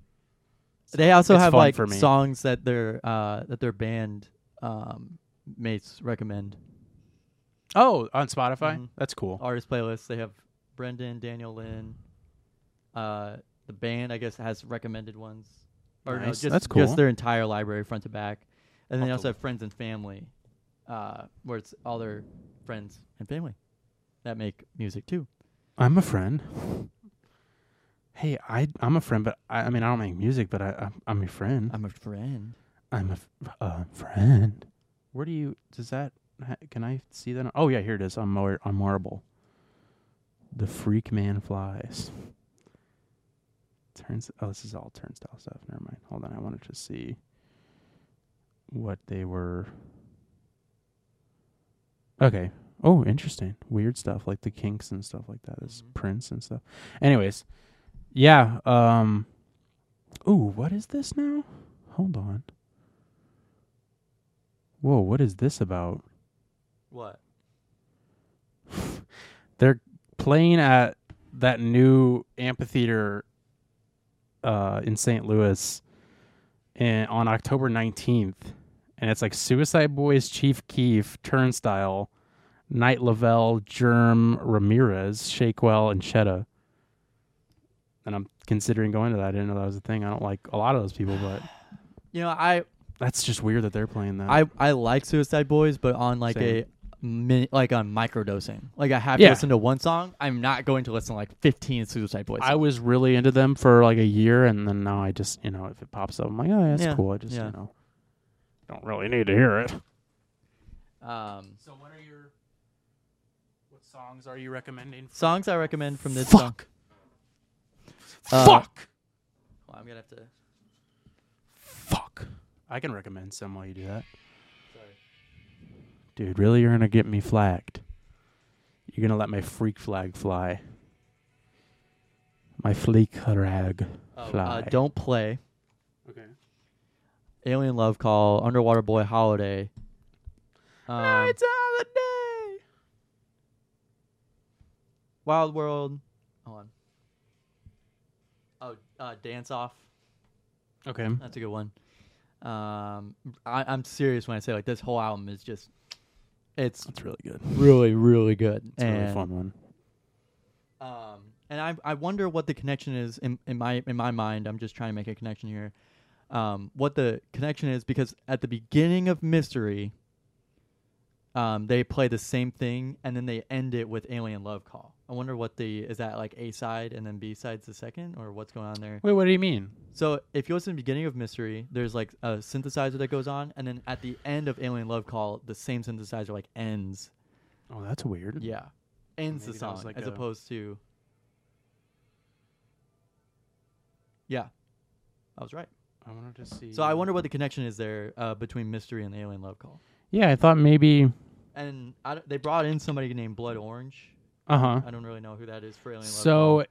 S2: They also
S1: It's
S2: have
S1: fun
S2: like
S1: for me.
S2: songs that their uh that their band um mates recommend.
S1: Oh, on Spotify?
S2: Mhm.
S1: That's cool.
S2: Artist playlists. They have Brendan, Daniel Lynn, uh the band I guess has recommended ones. Or no,
S1: Nice,
S2: just
S1: that's cool.
S2: just their entire library front to back. And then they
S1: I'll
S2: also
S1: have
S2: have friends and family. Uh where it's all their friends and family that make music too.
S1: I'm a friend. Hey, I I'm a friend, but I, I mean I don't make music, but I I'm, I'm your friend.
S2: I'm a friend.
S1: I'm a f- uh, friend. Where do you does that? ha- Can I see that? Oh yeah, here it is on Mar- on Marble. The freak man flies. Turns. Oh, this is all turnstile stuff. Never mind. Hold on. I wanted to see what they were. Okay. Oh, interesting. Weird stuff like the Kinks and stuff like that. This Prince and stuff. Anyways, yeah. Um. Ooh, what is this now? Hold on. Whoa, what is this about?
S2: What?
S1: They're playing at that new amphitheater uh, in St. Louis and on October 19th. And it's like Suicide Boys, Chief Keef, Turnstile, Knight Lavelle, Germ, Ramirez, Shakewell, and Shetta. And I'm considering going to that. I didn't know that was a thing. I don't like a lot of those people, but
S2: You know, I
S1: that's just weird that they're playing that.
S2: I, I like Suicide Boys, but on like
S1: Same.
S2: a min, like on microdosing. Like I have
S1: Yeah.
S2: to listen to one song. I'm not going to listen to like 15 Suicide Boys.
S1: I
S2: songs.
S1: was really into them for like a year, and then now I just you know if it pops up, I'm like, oh yeah, that's
S2: Yeah,
S1: cool. I just
S2: yeah.
S1: you know don't really need to hear it.
S2: um,
S1: So what are your what songs are you recommending?
S2: songs I recommend from this song.
S1: Fuck,
S2: Uh,
S1: fuck,
S2: Well, I'm gonna have to.
S1: fuck. I can recommend some while you do that. Dude, really, you're gonna get me flagged. You're gonna let my freak flag fly. My fleek flag
S2: Oh,
S1: fly.
S2: uh, don't play.
S1: Okay.
S2: Alien Love Call, Underwater Boy, Holiday. Um,
S1: holiday.
S2: Wild World. Hold on. Oh, uh, Dance Off.
S1: Okay.
S2: That's a good one. Um, I, I'm serious when I say like this whole album is just, it's
S1: That's really good.
S2: really really good
S1: It's a
S2: and
S1: really fun one.
S2: um and I I wonder what the connection is in, in my in my mind I'm just trying to make a connection here um what the connection is because at the beginning of Mystery um they play the same thing and then they end it with Alien Love Call I wonder what the is that like A side and then B side's the second or what's going on there
S1: Wait, what do you mean?
S2: so if you listen to the beginning of Mystery there's like a synthesizer that goes on and then at the end of Alien Love Call the same synthesizer like ends
S1: Oh, that's weird.
S2: yeah ends the
S1: Maybe that was
S2: song
S1: like
S2: as
S1: a-
S2: opposed to yeah i was right
S1: I wanted to see.
S2: so i wonder what the connection is there uh, between mystery and the alien love call
S1: Yeah, I thought maybe.
S2: and I d they brought in somebody named blood orange
S1: Uh huh.
S2: I don't really know who that is for Alien
S1: So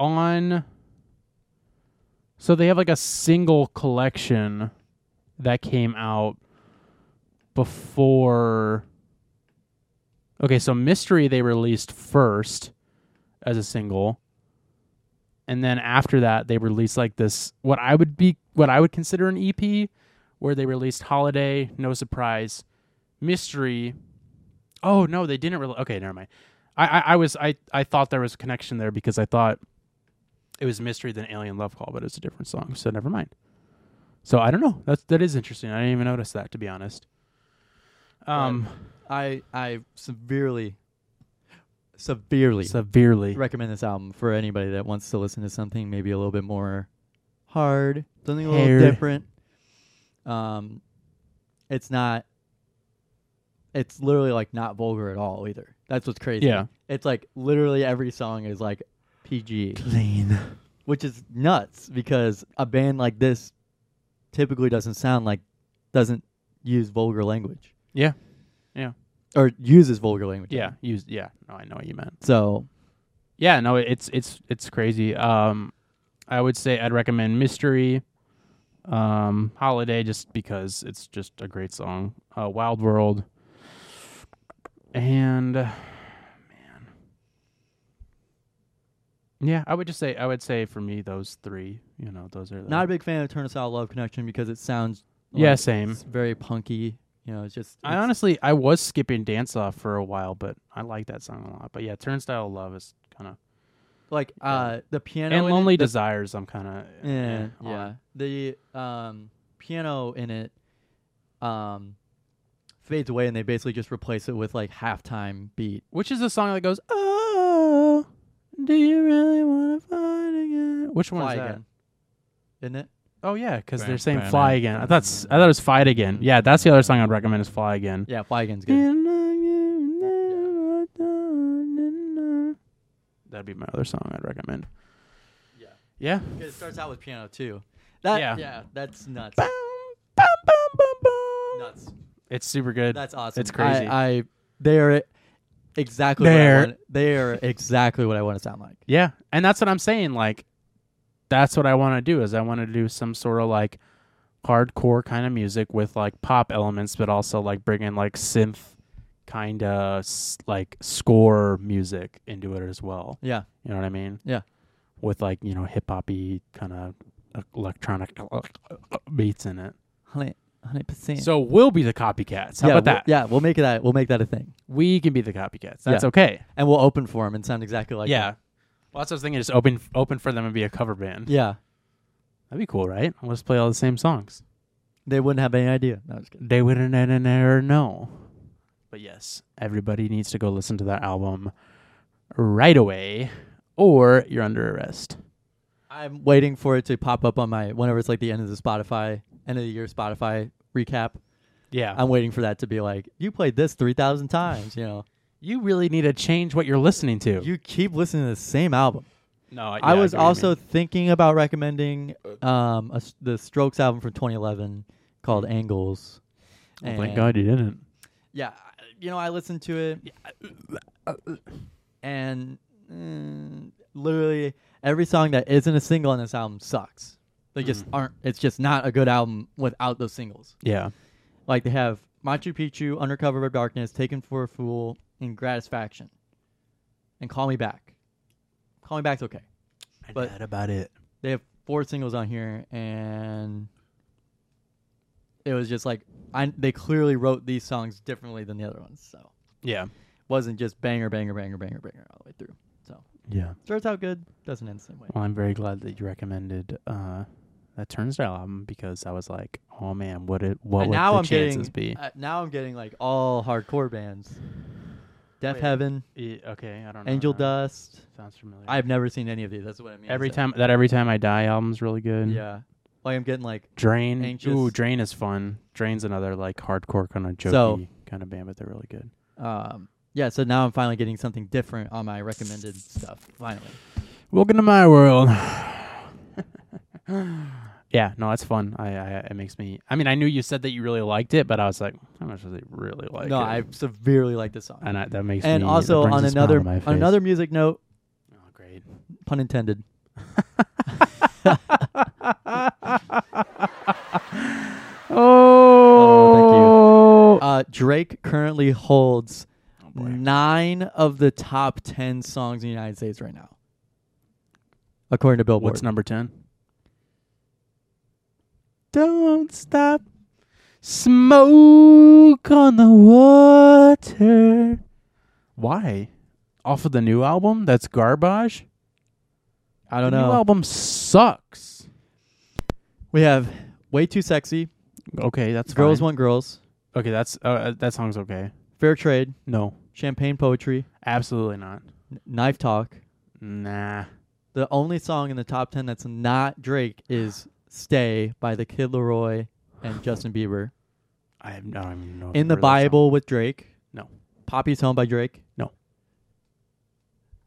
S1: on So they have like a single collection that came out before Okay, so Mystery they released first as a single. And then after that they released like this what I would be what I would consider an E EP where they released Holiday, No Surprise, Mystery. Oh no, they didn't really Okay, never mind. I, I, I was I, I thought there was a connection there because I thought it was mystery than Alien Love Call, but it's a different song, so never mind. So I don't know. That's that is interesting. I didn't even notice that to be honest. Um
S2: I I severely, severely
S1: severely.
S2: recommend this album for anybody that wants to listen to something maybe a little bit more hard, something a
S1: Hard.
S2: little different. Um, it's not. It's literally like not vulgar at all either. That's what's crazy.
S1: Yeah.
S2: it's like literally every song is like PG,
S1: Clean.
S2: which is nuts because a band like this typically doesn't sound like doesn't use vulgar language
S1: Yeah.
S2: or uses vulgar language.
S1: Yeah. Used yeah. No, I know what you meant.
S2: So
S1: Yeah, no, it's it's it's crazy. Um I would say I'd recommend Mystery, um, Holiday just because it's just a great song. Uh Wild World. And uh, man. Yeah, I would just say I would say for me those three, you know, those are the
S2: Not a big fan of Turn Us Out Love Connection because it sounds
S1: Yeah, same.
S2: It's very punky. You know, it's just
S1: I
S2: it's-
S1: honestly I was skipping Dance Off for a while, but I like that song a lot. But yeah, Turnstile Love is kinda
S2: like uh the piano
S1: and
S2: in it-
S1: Lonely
S2: the,
S1: Desires I'm kinda eh,
S2: Yeah,
S1: on.
S2: yeah. The um piano in it um fades away and they basically just replace it with like halftime beat.
S1: Which is the song that goes, Oh, do you really want to fly again? Which one
S2: Fly
S1: is that?
S2: again. Isn't it?
S1: Oh yeah, because they're
S5: Bam,
S1: saying
S5: bam,
S1: fly
S5: bam.
S1: again. I thought s- I thought it was fight again. Yeah, that's the other song I'd recommend is fly again.
S2: Yeah, Fly Again's good.
S1: That'd be my other song I'd recommend.
S2: Yeah.
S1: Yeah.
S2: It starts out with piano too. That
S1: Yeah.
S2: yeah, that's nuts.
S1: Bum, bum, bum, bum, bum.
S2: nuts.
S1: It's super good.
S2: That's awesome.
S1: It's crazy.
S2: I, I they are exactly
S1: They're-
S2: what I want. They are exactly what I want to sound like.
S1: Yeah, and that's what I'm saying. Like, that's what I want to do is I want to do some sort of like hardcore kind of music with like pop elements, but also like bring in like synth kind of s- like score music into it as well.
S2: Yeah.
S1: You know what I mean?
S2: Yeah.
S1: With like you know hip hoppy kind of electronic beats in it.
S2: Hundred percent.
S1: So we'll be the copycats. How
S2: yeah,
S1: about
S2: we'll-
S1: that?
S2: yeah, we'll make it that. We'll make that a thing,
S1: We can be the copycats. That's
S2: Yeah.
S1: okay.
S2: and we'll open for them and sound exactly like.
S1: yeah.
S2: them.
S1: Well, that's what I was thinking. Just open open for them and be a cover band.
S2: yeah.
S1: That'd be cool, right? We'll just play all the same songs.
S2: They wouldn't have any idea. No, I was kidding.
S1: They wouldn't ever know. But yes, everybody needs to go listen to that album right away, or you're under arrest.
S2: I'm waiting for it to pop up on my whenever it's like the end of the Spotify end of the year Spotify recap.
S1: Yeah,
S2: I'm waiting for that to be like you played this three thousand times. You know,
S1: you really need to change what you're listening to.
S2: you keep listening to the same album.
S1: no, yeah,
S2: I was
S1: get what you
S2: also
S1: mean.
S2: thinking about recommending um a s the Strokes album from 2011 called Angles.
S1: Oh, thank
S2: And-
S1: God you didn't.
S2: Yeah, I- you know, I listened to it, and mm, literally every song that isn't a single on this album sucks. They just aren't. It's just not a good album without those singles.
S1: Yeah,
S2: Like they have Machu Picchu, Undercover of Darkness, Taken for a Fool, and Gratisfaction, and Call Me Back. Call Me Back's okay. But-
S1: that about it.
S2: They have four singles on here, and it was just like I. They clearly wrote these songs differently than the other ones, so.
S1: Yeah,
S2: wasn't just banger, banger, banger, banger, banger all the way through. So
S1: yeah.
S2: starts out good, doesn't end the same way.
S1: Well, I'm very glad that you recommended uh, that Turnstile album because I was like, oh man, what it what
S2: and
S1: would
S2: now
S1: the
S2: I'm
S1: chances
S2: getting
S1: be?
S2: uh, now I'm getting like all hardcore bands, Death
S1: Wait.
S2: Heaven,
S1: E- okay, I don't know.
S2: Angel
S1: that
S2: Dust.
S1: sounds familiar.
S2: I've never seen any of these. That's what I mean.
S1: Every
S2: So-
S1: time that every time I die album's really good.
S2: yeah. Like I'm getting like
S1: Drain.
S2: Anxious.
S1: Ooh, Drain is fun. Drain's another like hardcore kind of jokey
S2: So-
S1: kind of band, but they're really good.
S2: um yeah. So now I'm finally getting something different on my recommended stuff. Finally,
S1: Welcome to my world. Yeah, no, that's fun. I, I it makes me. I mean, I knew you said that you really liked it, but I was like, how much does it really like?
S2: no,
S1: it?
S2: I severely like this song.
S1: and I, that makes
S2: And
S1: me, that
S2: also
S1: brings
S2: on
S1: a smile
S2: another
S1: to my
S2: on
S1: face.
S2: another music note,
S1: Oh, great.
S2: pun intended.
S1: Oh,
S2: Uh, Drake currently holds nine of the top ten songs in the United States right now, according to Billboard.
S1: What's number ten? Don't stop. Smoke on the water. Why? Off of the new album? That's garbage.
S2: I don't
S1: the new
S2: know.
S1: album sucks.
S2: We have "Way Too Sexy,"
S1: Okay, that's
S2: "Girls
S1: fine.
S2: Want Girls,"
S1: Okay, that's uh, uh, that song's okay.
S2: "Fair Trade,"
S1: No,
S2: "Champagne Poetry,"
S1: absolutely not.
S2: N- "Knife Talk."
S1: Nah.
S2: The only song in the top ten that's not Drake is "Stay" by the Kid Leroy and Justin Bieber.
S1: I have no, I don't even know. if
S2: In the
S1: I've heard that song.
S2: Bible with Drake.
S1: No.
S2: Poppy's Home by Drake.
S1: No.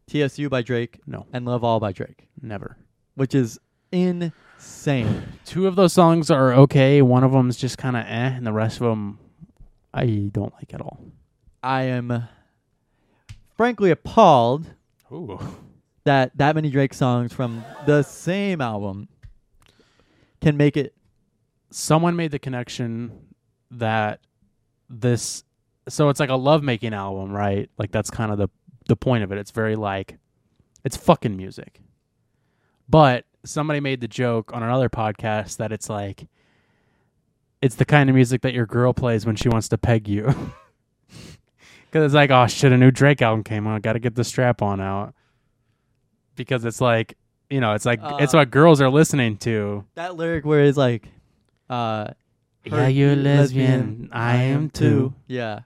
S2: TSU by Drake.
S1: No.
S2: And Love All by Drake,
S1: never.
S2: which is insane.
S1: Two of those songs are okay. One of them's just kind of eh, and the rest of them I don't like at all.
S2: I am frankly appalled
S1: Ooh.
S2: that that many Drake songs from the same album can make it.
S1: Someone made the connection that this, so it's like a lovemaking album, right? Like that's kind of the the point of it. It's very like, it's fucking music. But somebody made the joke on another podcast that it's like, it's the kind of music that your girl plays when she wants to peg you. Because it's like, oh shit, a new Drake album came out. Got to get the strap on out. Because it's like, you know, it's like, it's
S2: Uh,
S1: what girls are listening to.
S2: That lyric where it's like, uh,
S1: Yeah, you're a lesbian. I am too.
S2: Yeah.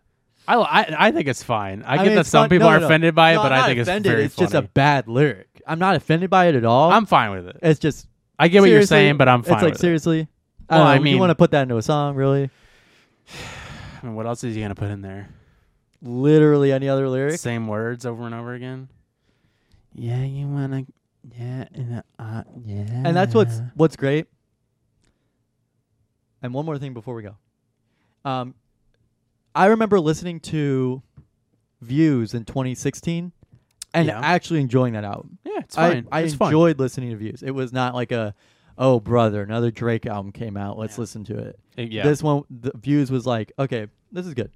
S1: I, I, I think it's fine. I, get
S2: mean,
S1: that
S2: it's
S1: some
S2: fun-
S1: people
S2: no,
S1: are
S2: no, no.
S1: offended by it,
S2: No,
S1: but
S2: I'm
S1: i
S2: not
S1: think
S2: offended.
S1: it's very
S2: It's
S1: funny.
S2: just a bad lyric. I'm not offended by it at all.
S1: I'm fine with it.
S2: it's just
S1: I get what you're
S2: seriously,
S1: saying, but I'm fine
S2: It's like
S1: with
S2: seriously. I
S1: Well,
S2: don't
S1: I
S2: know, you
S1: mean-
S2: want to put that into a song, really?
S1: it. I mean, what else is he gonna put in there?
S2: Literally any other lyric?
S1: Same words over and over again. Yeah, you wanna. Yeah, and, uh, yeah.
S2: And that's what's what's great. And one more thing before we go. Um I remember listening to Views in 2016 and
S1: Yeah.
S2: actually enjoying that album.
S1: Yeah, it's
S2: I,
S1: fine.
S2: I
S1: it's fun.
S2: enjoyed listening to Views. It was not like a oh brother, another Drake album came out. Let's listen to it.
S1: Uh, Yeah.
S2: This one the Views was like, okay, this is good.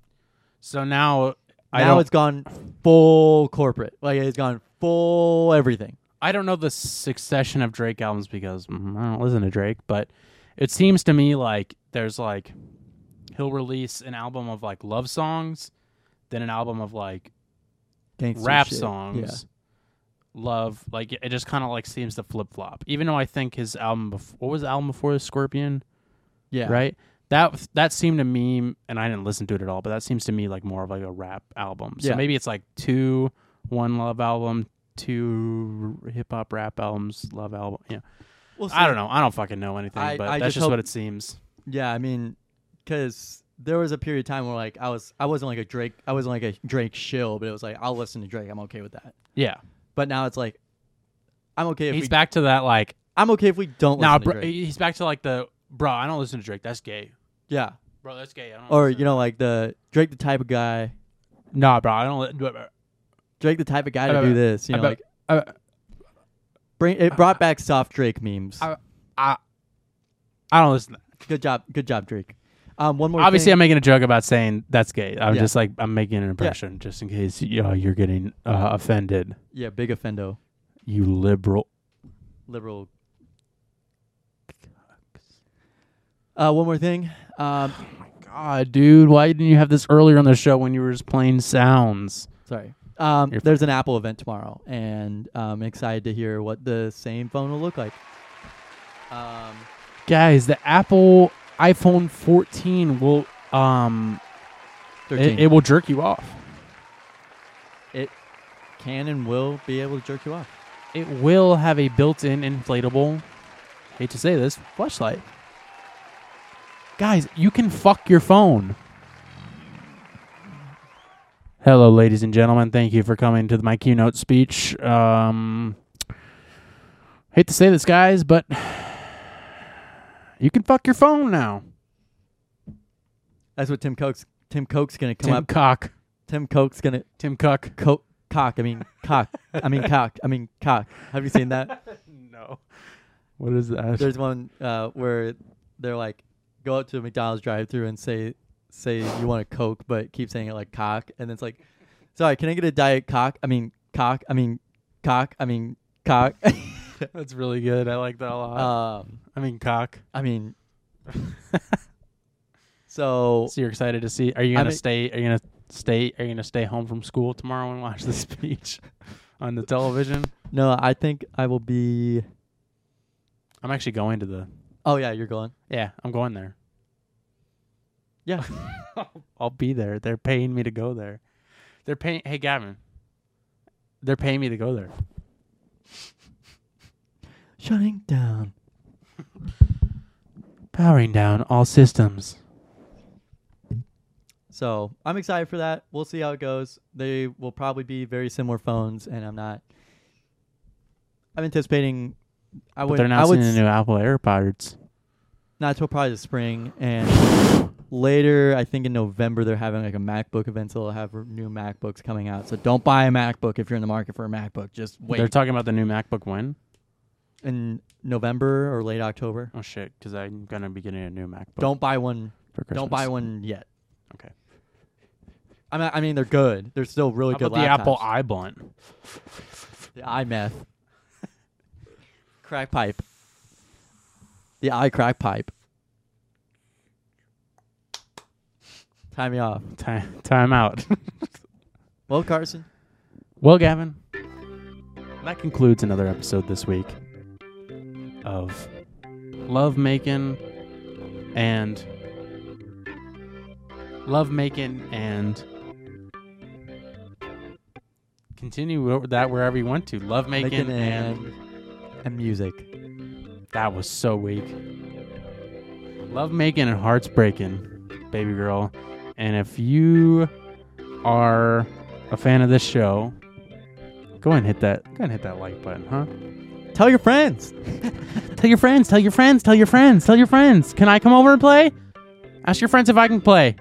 S1: so now, I
S2: now
S1: don't.
S2: it's gone full corporate. Like it's gone full everything.
S1: I don't know the succession of Drake albums because mm, I don't listen to Drake, but it seems to me like there's like he'll release an album of like love songs, then an album of like
S2: Gangster
S1: rap
S2: shit.
S1: songs. Love like it just kind of like seems to flip flop. Even though I think his album before what was the album before the Scorpion,
S2: Yeah. yeah.
S1: right? That that seemed to me, and I didn't listen to it at all, but that seems to me like more of like a rap album. So
S2: Yeah.
S1: maybe it's like two one love album, two hip hop rap albums, love album. Yeah,
S2: We'll see.
S1: I don't know. I don't fucking know anything,
S2: I-
S1: but
S2: I
S1: that's
S2: just
S1: just
S2: hope-
S1: what it seems.
S2: Yeah, I mean, because there was a period of time where like I was, I wasn't like a Drake, I wasn't like a Drake shill, but it was like I'll listen to Drake, I'm okay with that.
S1: Yeah,
S2: But now it's like I'm okay if
S1: he's
S2: we,
S1: back to that like
S2: I'm okay if we don't
S1: now.
S2: listen to
S1: bro,
S2: Drake.
S1: he's back to like the bro. I don't listen to Drake. That's gay,
S2: Yeah,
S1: bro. That's gay. I don't
S2: or
S1: listen to
S2: you know, like the Drake, the type of guy,
S1: that." nah, bro. I don't. li-
S2: Drake, the type of guy
S1: I
S2: to
S1: bet-
S2: do this. You
S1: I
S2: know,
S1: bet-
S2: like
S1: I bet-
S2: bring it brought back soft Drake memes.
S1: I- I don't listen. To
S2: Good job, good job, Drake. Um, one more.
S1: Obviously,
S2: thing.
S1: I'm making a joke about saying that's gay. I'm
S2: Yeah.
S1: just like I'm making an impression, just in case you know, you're getting uh, offended.
S2: yeah, big offendo,
S1: You liberal.
S2: liberal. Uh, one more thing. Um,
S1: God, dude, why didn't you have this earlier on the show when you were just playing sounds?
S2: Sorry. Um,
S1: You're fine.
S2: there's an Apple event tomorrow, and um, I'm excited to hear what the same phone will look like. Um,
S1: Guys, the Apple iPhone 14 will um it,
S2: 13.
S1: it will jerk you off.
S2: can and will be able to jerk you off.
S1: It will have a built-in inflatable. Hate to say this, flashlight. Guys, you can fuck your phone. Hello, ladies and gentlemen. Thank you for coming to my keynote speech. Um, hate to say this, guys, but You can fuck your phone now.
S2: That's what Tim Coke's Tim Coke's gonna come
S1: Tim
S2: up.
S1: Cock.
S2: Tim Coke's gonna
S1: Tim Cook.
S2: co- cock. I mean cock. I mean cock. I mean cock. Have you seen that?
S1: No. What is that?
S2: There's one uh, where they're like, go out to a McDonald's drive-through and say say you want a Coke, but keep saying it like cock, and it's like, sorry, can I get a diet cock? I mean cock. I mean cock. I mean cock.
S1: That's really good. I like that a lot.
S2: um,
S1: I mean, cock.
S2: I mean. so
S1: So you're excited to see? Are you
S2: I'm
S1: gonna
S2: e-
S1: stay? Are you gonna stay? Are you gonna stay home from school tomorrow and watch the speech on the television?
S2: no, I think I will be.
S1: I'm actually going to the.
S2: Oh yeah, you're going.
S1: Yeah, I'm going there.
S2: Yeah.
S1: I'll be there. They're paying me to go there. They're paying. Hey, Gavin. They're paying me to go there.
S2: Shutting down.
S1: Powering down all systems.
S2: So I'm excited for that. We'll see how it goes. They will probably be very similar phones, and I'm not. I'm anticipating. I
S1: But
S2: would.
S1: they're
S2: I
S1: not
S2: would
S1: seeing the
S2: s-
S1: new Apple AirPods.
S2: not till probably the spring, and later I think in November they're having like a MacBook event, so they'll have r- new MacBooks coming out. So don't buy a MacBook if you're in the market for a MacBook. Just wait
S1: They're talking about the new MacBook when?
S2: in November or late October.
S1: Oh shit! Because I'm gonna be getting a new MacBook.
S2: Don't buy one.
S1: for Christmas.
S2: Don't buy one yet.
S1: Okay.
S2: I mean, I mean they're good. They're still really
S1: How
S2: good.
S1: about the Apple
S2: laptops.
S1: iBlunt?
S2: The eye meth. crack pipe. The eye crack pipe. Time me off.
S1: Time time out.
S2: Well, Carson,
S1: Well, Gavin, that concludes another episode this week of love making and love making and continue wh- that wherever you want to. Love making
S2: Making
S1: and,
S2: and music.
S1: that was so weak. Love making and hearts breaking, baby girl. And if you are a fan of this show, go and hit that go and hit that like button, huh?
S2: Tell your friends.
S1: Tell your friends, tell your friends, tell your friends, tell your friends. Can I come over and play? Ask your friends if I can play.